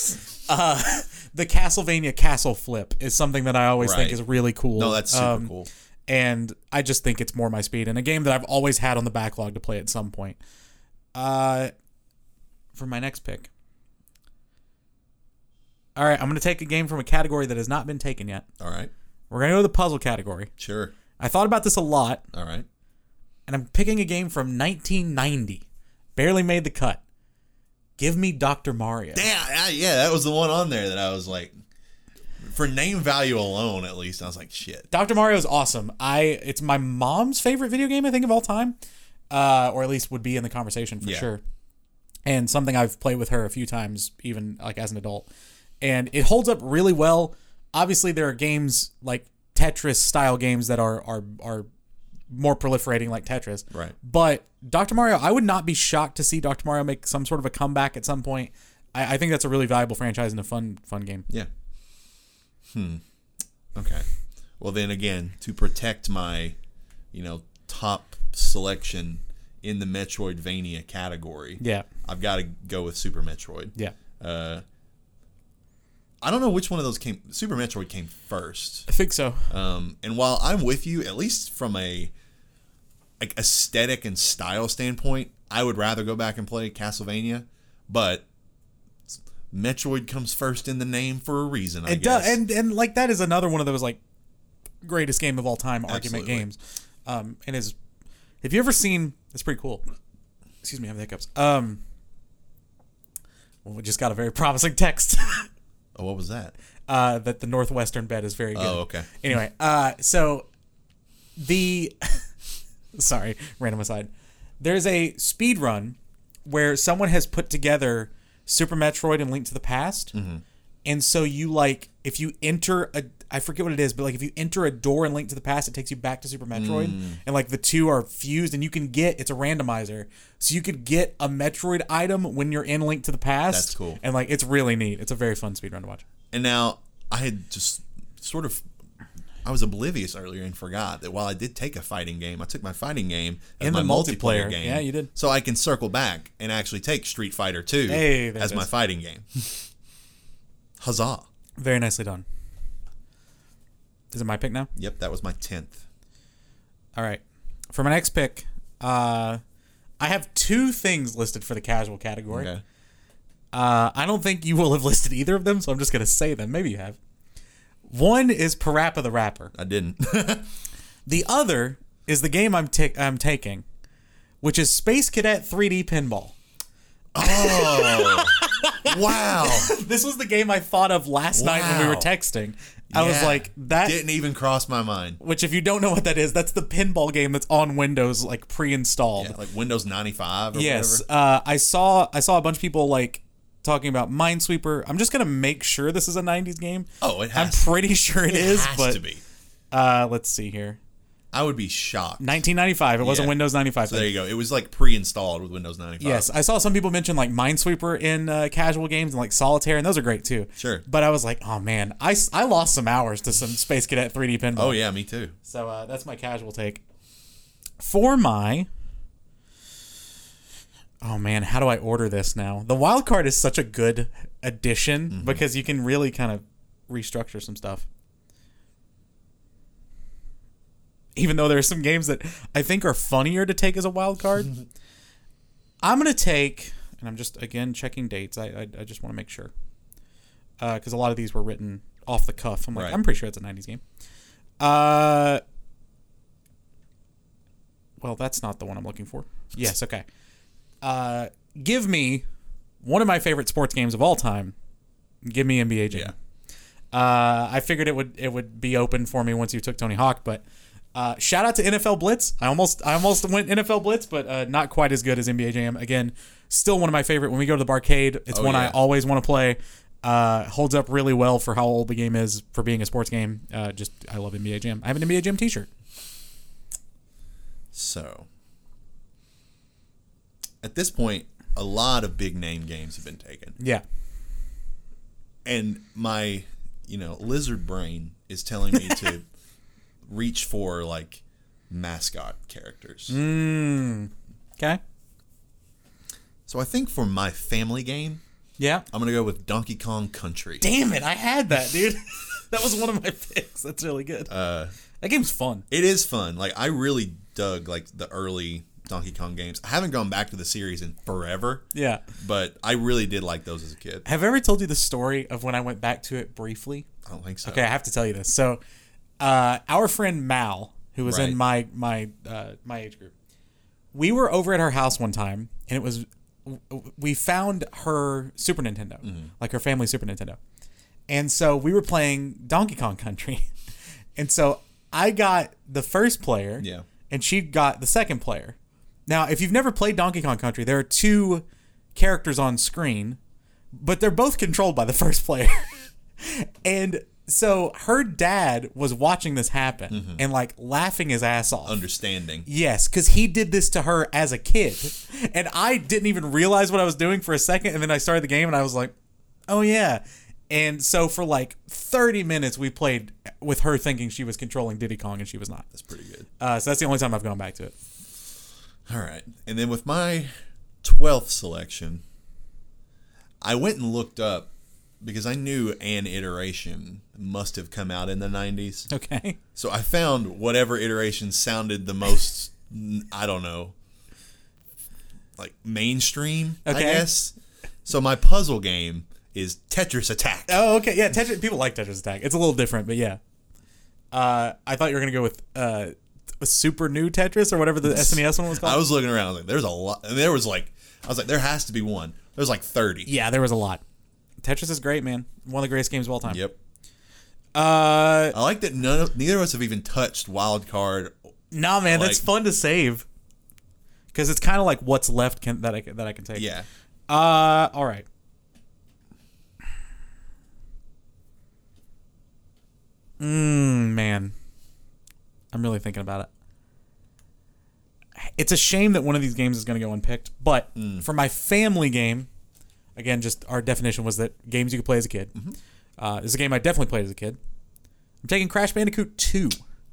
B: uh, the Castlevania castle flip is something that I always
A: Right.
B: think is really cool.
A: No, that's super
B: Um,
A: cool.
B: and I just think it's more my speed and a game that I've always had on the backlog to play at some point. Uh, for my next pick. All right, I'm going to take a game from a category that has not been taken yet.
A: All right.
B: We're going to go to the puzzle category.
A: Sure.
B: I thought about this a lot,
A: All right.
B: and I'm picking a game from 1990. Barely made the cut. Give me Dr. Mario.
A: Damn. I, yeah. That was the one on there that I was like, for name value alone, at least, I was like, shit.
B: Dr. Mario is awesome. I it's my mom's favorite video game I think of all time, uh, or at least would be in the conversation for
A: Yeah.
B: sure. And something I've played with her a few times, even like as an adult, and it holds up really well. Obviously, there are games like Tetris style games that are are are more proliferating like Tetris.
A: Right.
B: But Dr. Mario, I would not be shocked to see Dr. Mario make some sort of a comeback at some point. I, I think that's a really valuable franchise and a fun fun game.
A: Yeah. Hmm. Okay. Well, then again, to protect my, you know, top selection in the Metroidvania category,
B: Yeah.
A: I've got to go with Super Metroid.
B: Yeah.
A: I don't know which one of those came. Super Metroid came first.
B: I think so.
A: Um, and while I'm with you, at least from a like aesthetic and style standpoint, I would rather go back and play Castlevania, but Metroid comes first in the name for a reason. I
B: It
A: guess.
B: does, and and like that is another one of those like greatest game of all time argument
A: Absolutely.
B: games. Um, and is have you ever seen? It's pretty cool. Excuse me, I have the hiccups. Um, well, we just got a very promising text
A: oh, what was that?
B: uh, that the northwestern bed is very good.
A: Oh, okay.
B: Anyway, uh, so the sorry, random aside. There's a speed run where someone has put together Super Metroid and Link to the Past,
A: Mm-hmm.
B: and so you like if you enter a I forget what it is, but like if you enter a door in Link to the Past, it takes you back to Super Metroid,
A: Mm.
B: and like the two are fused, and you can get it's a randomizer, so you could get a Metroid item when you're in Link to the Past.
A: That's cool.
B: and like it's really neat. It's a very fun speed run to watch.
A: And now I had just sort of I was oblivious earlier and forgot that while I did take a fighting game, I took my fighting game as
B: And
A: my
B: the
A: multiplayer,
B: multiplayer.
A: game.
B: Yeah, you did.
A: So I can circle back and actually take Street Fighter 2
B: Hey, there
A: as
B: it
A: my
B: is.
A: fighting game. Huzzah.
B: Very nicely done. Is it my pick now?
A: Yep, that was my 10th.
B: All right. For my next pick, uh, I have two things listed for the casual category.
A: Okay.
B: Uh, I don't think you will have listed either of them, so I'm just going to say them. Maybe you have. One is Parappa the Rapper.
A: I didn't.
B: The other is the game I'm, ta- I'm taking, which is Space Cadet 3D Pinball.
A: oh. wow.
B: This was the game I thought of last night when we were
A: Wow.
B: texting. I was
A: Yeah.
B: like, that
A: Didn't even cross my mind.
B: which if you don't know what that is, that's the pinball game that's on Windows like pre-installed.
A: Yeah, like Windows 95 or
B: Yes,
A: whatever.
B: uh, I saw I saw a bunch of people like talking about Minesweeper. I'm just gonna make sure this is a '90s game.
A: Oh, it
B: I'm
A: has,
B: pretty sure it
A: it
B: is,
A: has
B: but
A: to be.
B: Uh, let's see here.
A: I would be shocked.
B: 1995. It wasn't
A: Yeah.
B: Windows 95.
A: So there you go. It was like pre-installed with Windows 95.
B: yes, I saw some people mention like Minesweeper in uh, casual games and like Solitaire, and those are great too.
A: Sure.
B: But I was like, oh man, I, s- I lost some hours to some Space Cadet 3D pinball.
A: Oh yeah, me too.
B: So uh, that's my casual take. For my. Oh man, how do I order this now? The wild card is such a good addition because you can really kind of restructure some stuff. Even though there are some games that I think are funnier to take as a wild card, I'm gonna take, and I'm just again checking dates. I I, I just want to make sure because a lot of these were written off the cuff. I'm like,
A: Right.
B: I'm pretty sure it's a '90s game. Uh, well, that's not the one I'm looking for. Yes, okay. Uh, give me one of my favorite sports games of all time. Give me NBA Jam. Uh, I figured it would it would be open for me once you took Tony Hawk, but uh, shout out to NFL Blitz. I almost I almost went NFL Blitz, but uh, not quite as good as NBA Jam. Again, still one of my favorite. When we go to the barcade, it's
A: Oh,
B: one I
A: yeah.
B: always want to play. Uh, holds up really well for how old the game is for being a sports game. Uh, just I love NBA Jam. I have an NBA Jam T-shirt.
A: So at this point, a lot of big name games have been taken.
B: Yeah,
A: And my, you know, lizard brain is telling me to reach for like mascot characters.
B: Mm. okay,
A: So I think for my family game,
B: yeah.
A: I'm going to go with Donkey Kong Country.
B: Damn it, I had that, dude. that was one of my picks. That's really good. that game's fun.
A: It is fun. Like I really dug like the early Donkey Kong games. I haven't gone back to the series in forever,
B: Yeah.
A: but I really did like those as a kid.
B: Have I ever told you the story of when I went back to it briefly?
A: I don't think so.
B: Okay, I have to tell you this. So, uh, our friend Mal, who was in my
A: Right.
B: my uh, my age group, we were over at her house one time, and it
A: Mm-hmm.
B: was w- w- we found her Super Nintendo, like her family Super Nintendo, And so we were playing Donkey Kong Country. And so I got the first player.
A: Yeah.
B: And she got the second player. Now, if you've never played Donkey Kong Country, there are two characters on screen, but they're both controlled by the first player. and so her dad was watching this happen and like laughing his ass off.
A: Understanding.
B: Yes, because he did this to her as a kid. And I didn't even realize what I was doing for a second. And then I started the game and I was like, oh, yeah. And so for like 30 minutes, we played with her thinking she was controlling Diddy Kong and she was not.
A: That's pretty good.
B: Uh, so that's the only time I've gone back to it.
A: All right. And then with my 12th selection, I went and looked up because I knew an iteration must have come out in the 90s.
B: Okay.
A: So I found whatever iteration sounded the most, n- I don't know, like mainstream, I
B: Okay.
A: guess. So my puzzle game is Tetris Attack.
B: Oh, okay. Yeah, Tetris. People like Tetris Attack. It's a little different, but yeah. Uh, I thought you were going to go with uh, a super new Tetris or whatever the SNES one was called.
A: I was looking around, I was like, there's a lot. And there was like, I was like, there has to be one. There's like 30.
B: yeah, there was a lot. Tetris is great, man. One of the greatest games of all time.
A: Yep.
B: Uh,
A: I like that none of, neither of us have even touched wild card.
B: Nah, man, that's
A: Like-
B: fun to save. Because it's kind of like what's left can, that I can- that I can take.
A: Yeah.
B: Uh, all right. Mm, man, I'm really thinking about it. It's a shame that one of these games is going to go unpicked. But for my family game, again, just our definition was that games you could play as a kid. Uh, this is a game I definitely played as a kid. I'm taking Crash Bandicoot 2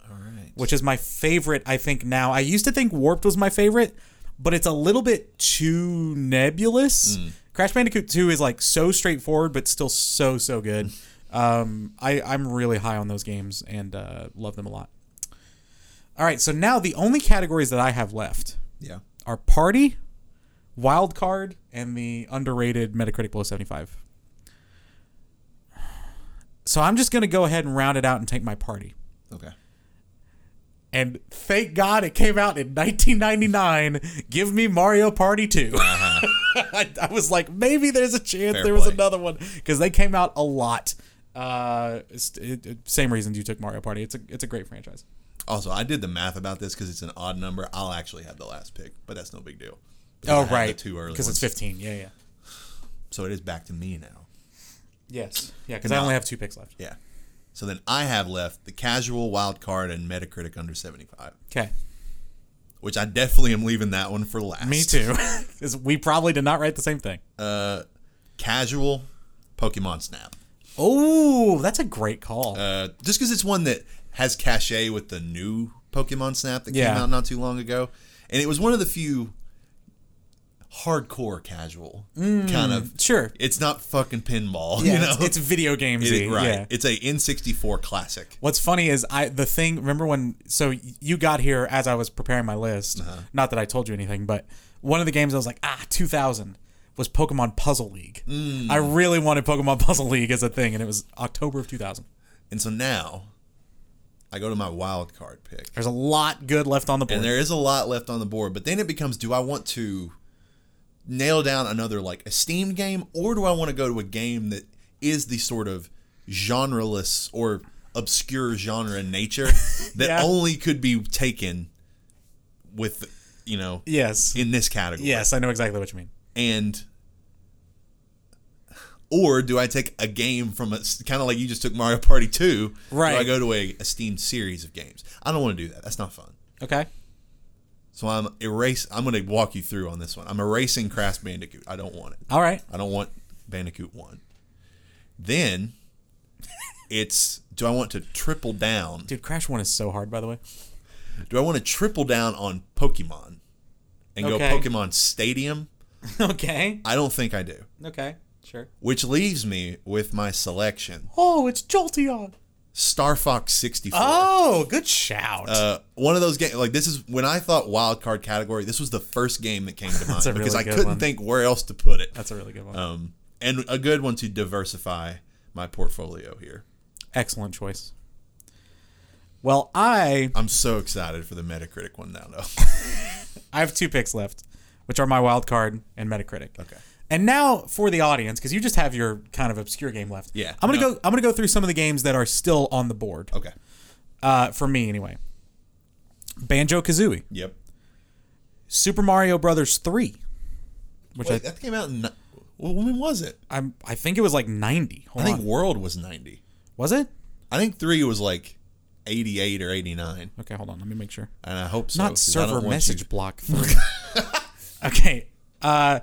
A: All right.
B: which is my favorite, I think, now. I used to think Warped was my favorite, but it's a little bit too nebulous. Crash Bandicoot 2 is like so straightforward, but still so, so good. Um, I, I'm really high on those games and uh, love them a lot. All right, so now the only categories that I have left
A: Yeah.
B: are Party, Wild Card, and the underrated Metacritic Below 75. So I'm just going to go ahead and round it out and take my Party.
A: Okay.
B: And thank God it came out in 1999. Give me Mario Party 2. I, I was like, maybe there's a
A: Uh-huh.
B: chance
A: Fair
B: there was
A: play.
B: another one because they came out a lot. Uh, it's- it- it- same reason you took Mario Party. It's a it's a great franchise.
A: Also, I did the math about this because it's an odd number. I'll actually have the last pick, but that's no big deal. Because I
B: Oh
A: had the
B: right,
A: two early
B: because it's
A: ones.
B: 15. Yeah, yeah,
A: So it is back to me now.
B: yes, yeah. Because I only have two picks left.
A: Yeah. So then I have left the casual wild card and Metacritic under seventy five,
B: Okay,
A: which I definitely am leaving that one for last.
B: me too. 'Cause we probably did not write the same thing.
A: Casual Pokemon Snap,
B: oh, that's a great call.
A: uh, just because it's one that has cachet with the new Pokemon Snap that
B: Yeah.
A: came out not too long ago, and it was one of the few hardcore casual kind of.
B: sure.
A: It's not fucking pinball,
B: Mm. Yeah,
A: you know.
B: it's, it's video games.
A: It- right.
B: Yeah.
A: It's a N64 classic.
B: What's funny is I the thing. Remember when? So y- you got here as I was preparing my list.
A: Uh-huh.
B: Not that I told you anything, but one of the games I was like, ah, two thousand was Pokemon Puzzle League.
A: Mm.
B: I really wanted Pokemon Puzzle League as a thing, and it was October of two thousand.
A: And so now I go to my wild card pick.
B: There's a lot good left on the board.
A: And there is a lot left on the board, but then it becomes do I want to nail down another like esteemed game or do I want to go to a game that is the sort of genreless or obscure genre in nature that
B: Yeah.
A: only could be taken with you know
B: yes,
A: in this category.
B: yes, I know exactly what you mean.
A: and or do I take a game from a kind of like you just took Mario Party two?
B: Right.
A: Do I go to a esteemed series of games? I don't want to do that. That's not fun.
B: Okay,
A: So I'm erase. I'm going to walk you through on this one. I'm erasing Crash Bandicoot. I don't want it.
B: all right.
A: I don't want Bandicoot one. Then it's do I want to triple down?
B: Dude, Crash One is so hard, by the way.
A: Do I want to triple down on Pokemon and
B: Okay.
A: go Pokemon Stadium?
B: okay,
A: I don't think I do.
B: okay, sure.
A: Which leaves me with my selection.
B: Oh, it's Jolteon.
A: Star Fox 64.
B: Oh, good shout.
A: Uh, one of those games, like this is when I thought wild card category. This was the first game that came to mind
B: a really
A: because I
B: good
A: couldn't
B: one.
A: think where else to put it.
B: That's a really good one.
A: Um, and a good one to diversify my portfolio here.
B: Excellent choice. Well, I
A: I'm so excited for the Metacritic one now, though.
B: I have two picks left, which are my wild card and Metacritic.
A: Okay.
B: And now for the audience, because you just have your kind of obscure game left.
A: Yeah.
B: I'm gonna
A: No.
B: go. I'm gonna go through some of the games that are still on the board.
A: Okay.
B: Uh, for me anyway. Banjo Kazooie,
A: Yep.
B: Super Mario Brothers three, which
A: Wait, that came out in. ni- Well, when was it?
B: I I'm, I think it was like 90.
A: I
B: Hold
A: think
B: on.
A: World was 90.
B: Was it?
A: I think 3 was like 88 or 89.
B: Okay, hold on. Let me make sure.
A: And I hope so.
B: Not
A: 'cause I don't
B: server
A: want
B: message
A: you-
B: block three. okay. Uh,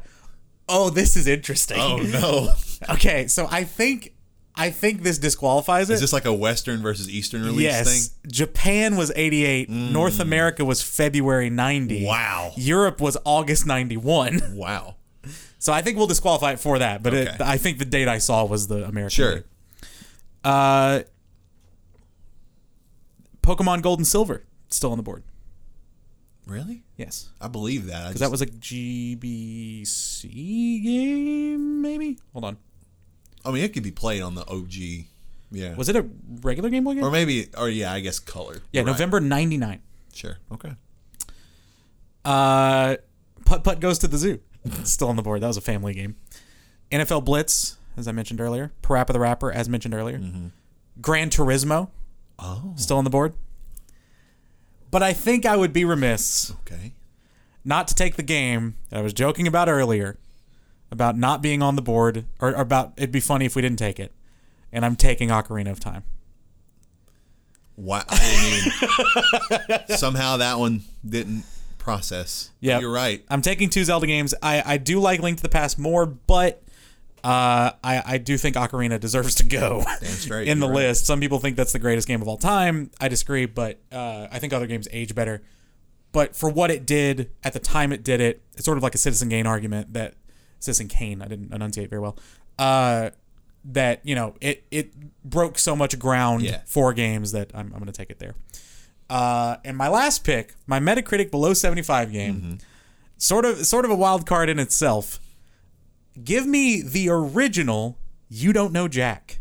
B: oh, this is interesting.
A: Oh, no.
B: Okay, so I think I think this disqualifies it.
A: Is this like a Western versus Eastern release
B: yes,
A: thing? Mm.
B: Japan was 88, North America was February 90.
A: Wow.
B: Europe was August 91.
A: Wow.
B: So I think we'll disqualify it for that, but it,
A: Okay.
B: I think the date I saw was the American.
A: Sure.
B: date. Uh Pokemon Gold and Silver still on the board.
A: Really?
B: Yes.
A: I believe that. I
B: Cuz that was a GBC game maybe. Hold on.
A: I mean, it could be played on the OG. Yeah.
B: Was it a regular Game Boy game?
A: or maybe, or yeah, I guess color.
B: yeah,
A: You're right.
B: November 99.
A: Sure. Okay.
B: Uh, Putt Putt Goes to the Zoo. Still on the board. That was a family game. NFL Blitz, as I mentioned earlier. Parappa the Rapper, as mentioned earlier. Gran Turismo,
A: Oh.
B: still on the board. But I think I would be remiss
A: Okay.
B: not to take the game that I was joking about earlier about not being on the board, or, or about it'd be funny if we didn't take it. And I'm taking Ocarina of Time.
A: Why? I didn't even, somehow that one didn't process.
B: Yeah.
A: You're right.
B: I'm taking two Zelda games. I, I do like Link to the Past more, but uh, I, I do think Ocarina deserves to go
A: straight,
B: in the
A: you're right.
B: list. Some people think that's the greatest game of all time. I disagree, but uh, I think other games age better. But for what it did at the time it did it, it's sort of like a Citizen Kane argument that Citizen Kane, I didn't enunciate very well. Uh, that you know it it broke so much ground
A: Yeah.
B: for games that I'm, I'm going to take it there. Uh, and my last pick, my Metacritic below 75 game,
A: Mm-hmm.
B: sort of sort of a wild card in itself. Give me the original You Don't Know Jack.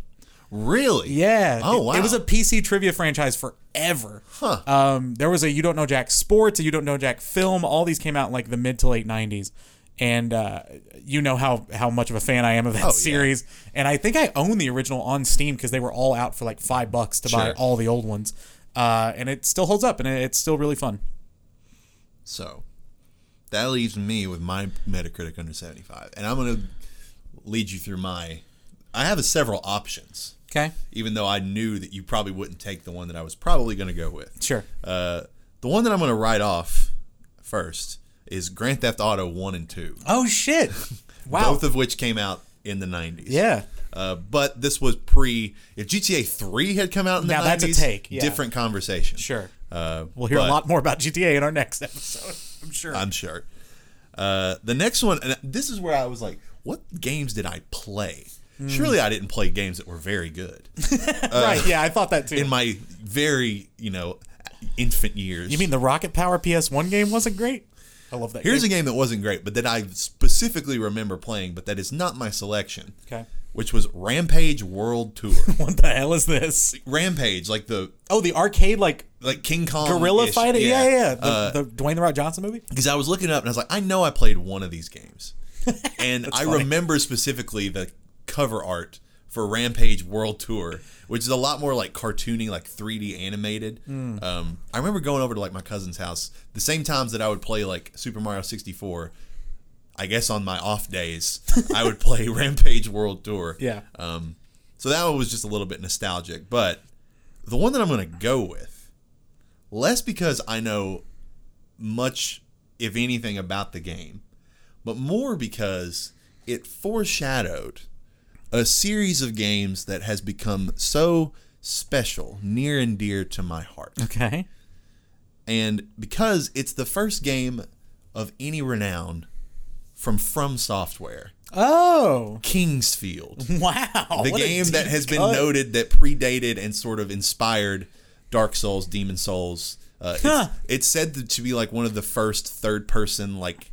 A: Really?
B: Yeah.
A: Oh,
B: It-
A: wow.
B: It, was a PC trivia franchise forever.
A: Huh.
B: Um, there was a You Don't Know Jack Sports, a You Don't Know Jack Film. All these came out in like the mid to late 90s. And uh, you know how, how much of a fan I am of that series. And I think I own the original on Steam because they were all out for like five bucks to buy
A: Sure.
B: all the old ones. Uh, and it still holds up and it, it's still really fun.
A: So that leaves me with my Metacritic under 75. And I'm going to lead you through my. I have several options,
B: Okay.
A: even though I knew that you probably wouldn't take the one that I was probably going to go with.
B: Sure.
A: Uh, the one that I'm going to write off first is Grand Theft Auto 1 and 2,
B: Oh, shit. Wow.
A: both of which came out in the 90s.
B: yeah.
A: Uh, but this was pre. If GTA 3 had come out in the
B: Now
A: 90s,
B: that's a take, yeah.
A: different conversation.
B: Sure.
A: Uh,
B: We'll hear
A: but-
B: a lot more about GTA in our next episode, I'm sure.
A: I'm sure. Uh, the next one, and this is where I was like, what games did I play?
B: Hmm.
A: Surely I didn't play games that were very good
B: right. Yeah, I thought that too.
A: Uh, in my very, you know, infant years.
B: You mean the Rocket Power PS1 game wasn't great? I love that.
A: Here's
B: game.
A: a game that wasn't great, but that I specifically remember playing, but that is not my selection.
B: Okay.
A: Which was Rampage World Tour.
B: what the hell is this?
A: Rampage, like the
B: Oh, the arcade like
A: like King Kong
B: gorilla
A: ish.
B: fighting. Yeah, Uh, yeah. yeah. The, the Dwayne the Rock Johnson movie.
A: because I was looking it up and I was like, I know I played one of these games, and I remember specifically the cover art for Rampage World Tour, which is a lot more like cartoony, like 3D animated. Um, I remember going over to like my cousin's house the same times that I would play like Super Mario 64. I guess on my off days, I would play Rampage World Tour.
B: Yeah.
A: Um, so that one was just a little bit nostalgic, but the one that I'm going to go with, less because I know much, if anything, about the game, but more because it foreshadowed a series of games that has become so special, near and dear to my heart.
B: Okay.
A: And because it's the first game of any renown from From Software,
B: Oh
A: Kingsfield.
B: wow!
A: the
B: Oh, What a
A: game that
B: deep
A: has been
B: cut.
A: noted that predated and sort of inspired Dark Souls, Demon Souls. Uh, it's-
B: Huh.
A: it's, said to- to be like one of the first third person like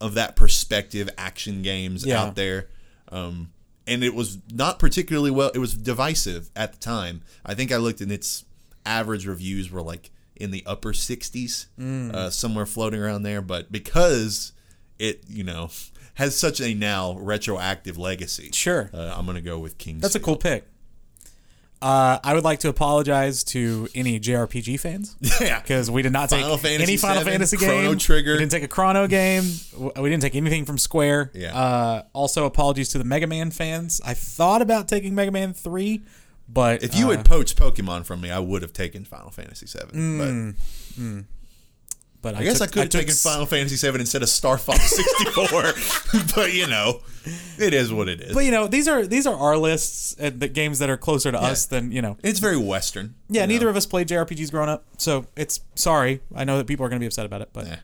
A: of that perspective action games
B: Yeah.
A: out there. Um, and it was not particularly well. It was divisive at the time. I think I looked and its average reviews were like in the upper
B: Mm.
A: 60s, uh, somewhere floating around there. But because it, you know, has such a now retroactive legacy.
B: Sure.
A: Uh, I'm gonna go with King's.
B: That's a cool pick. Uh, I would like to apologize to any JRPG fans
A: yeah.
B: because we did not take
A: Final Fantasy
B: any Final
A: VII,
B: Fantasy game.
A: Chrono Trigger.
B: We didn't take a Chrono game. W- We didn't take anything from Square.
A: Yeah.
B: Uh, also, apologies to the Mega Man fans. I thought about taking Mega Man three, but
A: If you
B: uh,
A: had poached Pokemon from me, I would have taken Final Fantasy VII. but
B: but
A: I guess
B: Hmm. took-
A: I could have
B: took
A: taken
B: s-
A: Final Fantasy VII instead of Star Fox 64. but you know, it is what it is.
B: But you know, these are these are our lists and the games that are closer to us than you know.
A: it's very Western.
B: Yeah,
A: you know?
B: neither of us played JRPGs growing up, so it's sorry. I know that people are going to be upset about it, but
A: Yeah.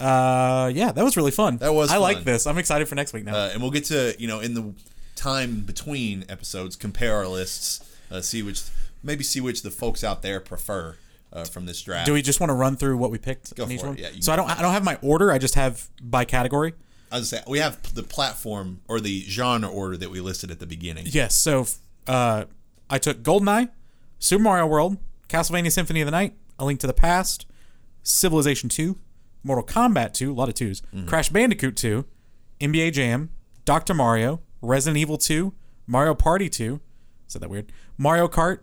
B: uh, yeah, that was really fun.
A: That was
B: I like
A: fun.
B: this. I'm excited for next week now.
A: Uh, and we'll get to you know in the time between episodes compare our lists, uh, see which maybe see which the folks out there prefer uh, from this draft.
B: Do we just want to run through what we picked?
A: Go
B: in each
A: for it.
B: one?
A: Yeah, you
B: so
A: can
B: I don't. I don't have my order. I just have by category.
A: I was gonna say we have the platform or the genre order that we listed at the beginning.
B: Yes. So uh, I took Goldeneye, Super Mario World, Castlevania Symphony of the Night, A Link to the Past, Civilization Two, Mortal Kombat Two, a lot of 2s
A: Mm-hmm.
B: Crash Bandicoot Two, NBA Jam, Doctor Mario, Resident Evil Two, Mario Party Two, said that weird. Mario Kart,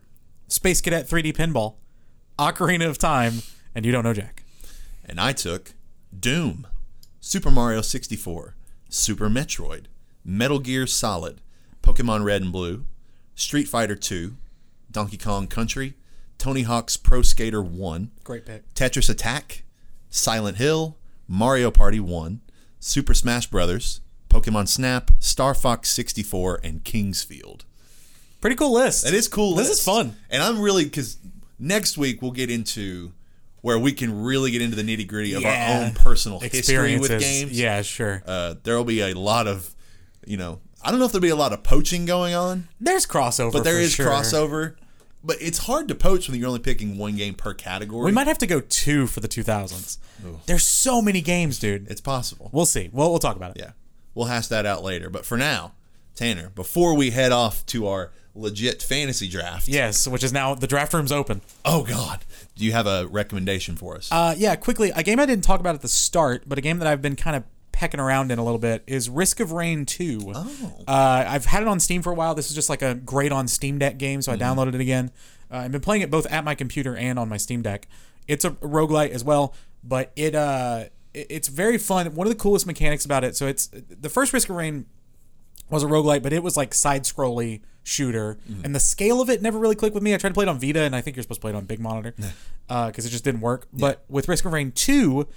B: Space Cadet 3D Pinball, Ocarina of Time, and you don't know Jack.
A: And I took Doom, Super Mario 64, Super Metroid, Metal Gear Solid, Pokemon Red and Blue, Street Fighter 2, Donkey Kong Country, Tony Hawk's Pro Skater 1,
B: Great pick.
A: Tetris Attack, Silent Hill, Mario Party 1, Super Smash Brothers, Pokemon Snap, Star Fox 64, and Kingsfield.
B: Pretty cool list.
A: That is cool.
B: This
A: list.
B: is fun.
A: and I'm really because next week we'll get into where we can really get into the nitty gritty of
B: Yeah.
A: our own personal history with games.
B: Yeah, sure.
A: uh, there'll be a lot of, you know, I don't know if there'll be a lot of poaching going on,
B: There's crossover.
A: but there
B: for
A: is
B: sure.
A: crossover. But it's hard to poach when you're only picking one game per category.
B: We might have to go two for the 2000s. There's so many games, dude.
A: it's possible.
B: We'll see. We'll, we'll talk about it.
A: Yeah. We'll hash that out later. But for now, Tanner, before we head off to our legit fantasy draft,
B: Yes, which is now the draft room's open.
A: oh God, do you have a recommendation for us?
B: Uh, yeah, quickly, a game I didn't talk about at the start, but a game that I've been kind of pecking around in a little bit is Risk of Rain 2. Oh. Uh, I've had it on Steam for a while. This is just like a great on Steam Deck game, so I downloaded it again. Uh, I've been playing it both at my computer and on my Steam Deck. It's a roguelite as well, but it uh, it- it's very fun. One of the coolest mechanics about it, so it's the first Risk of Rain was a roguelite, but it was like side scrolly shooter.
A: Mm-hmm.
B: And the scale of it never really clicked with me. I tried to play it on Vita, and I think you're supposed to play it on big monitor because it just didn't work. But with Risk of Rain 2,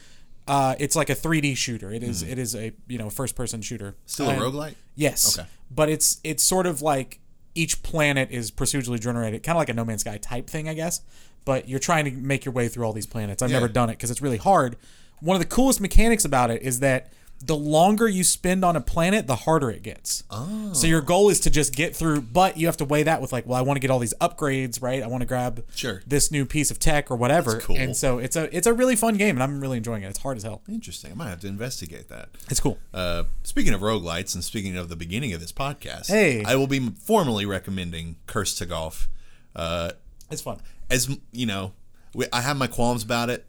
B: uh, it's like a 3D shooter. It is it is a you know first person shooter.
A: Mm-hmm. Still a
B: And-
A: roguelite?
B: Yes.
A: Okay.
B: But it's it's sort of like each planet is procedurally generated, kind of like a No Man's Sky type thing, I guess. But you're trying to make your way through all these planets. I've never done it because it's really hard. One of the coolest mechanics about it is that the longer you spend on a planet, the harder it gets. Oh. So your goal is to just get through, but you have to weigh that with like, well, I want to get all these upgrades, right? I want to grab
A: Sure.
B: this new piece of tech or whatever.
A: cool.
B: And so it's a it's a really fun game, and I'm really enjoying it. It's hard as hell.
A: Interesting. I might have to investigate that.
B: It's cool.
A: Uh, speaking of roguelites and speaking of the beginning of this podcast,
B: Hey.
A: I will be formally recommending Curse to Golf. Uh,
B: It's fun.
A: as you know, we, I have my qualms about it,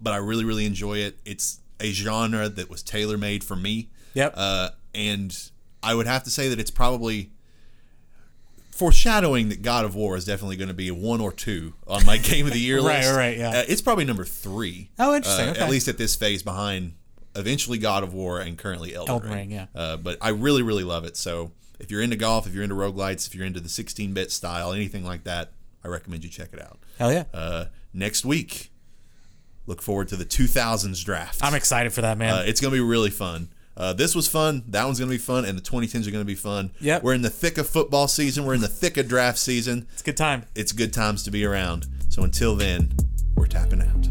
A: but I really, really enjoy it. It's a genre that was tailor made for me.
B: Yep.
A: Uh, and I would have to say that it's probably foreshadowing that God of War is definitely going to be a one or two on my game of the year
B: Right,
A: list.
B: right, yeah.
A: Uh, it's probably number three.
B: Oh, interesting,
A: uh,
B: okay.
A: At least at this phase, behind eventually God of War and currently Elden,
B: Elden Ring, yeah.
A: uh, but I really, really love it. So if you're into golf, if you're into roguelites, if you're into the 16 bit style, anything like that, I recommend you check it out.
B: Hell yeah.
A: Uh, next week, look forward to the 2000s draft.
B: I'm excited for that, man.
A: uh, it's going to be really fun. Uh, this was fun. That one's going to be fun. And the 2010s are going to be fun.
B: Yep.
A: We're in the thick of football season. We're in the thick of draft season.
B: it's a good time.
A: It's good times to be around. So until then, we're tapping out.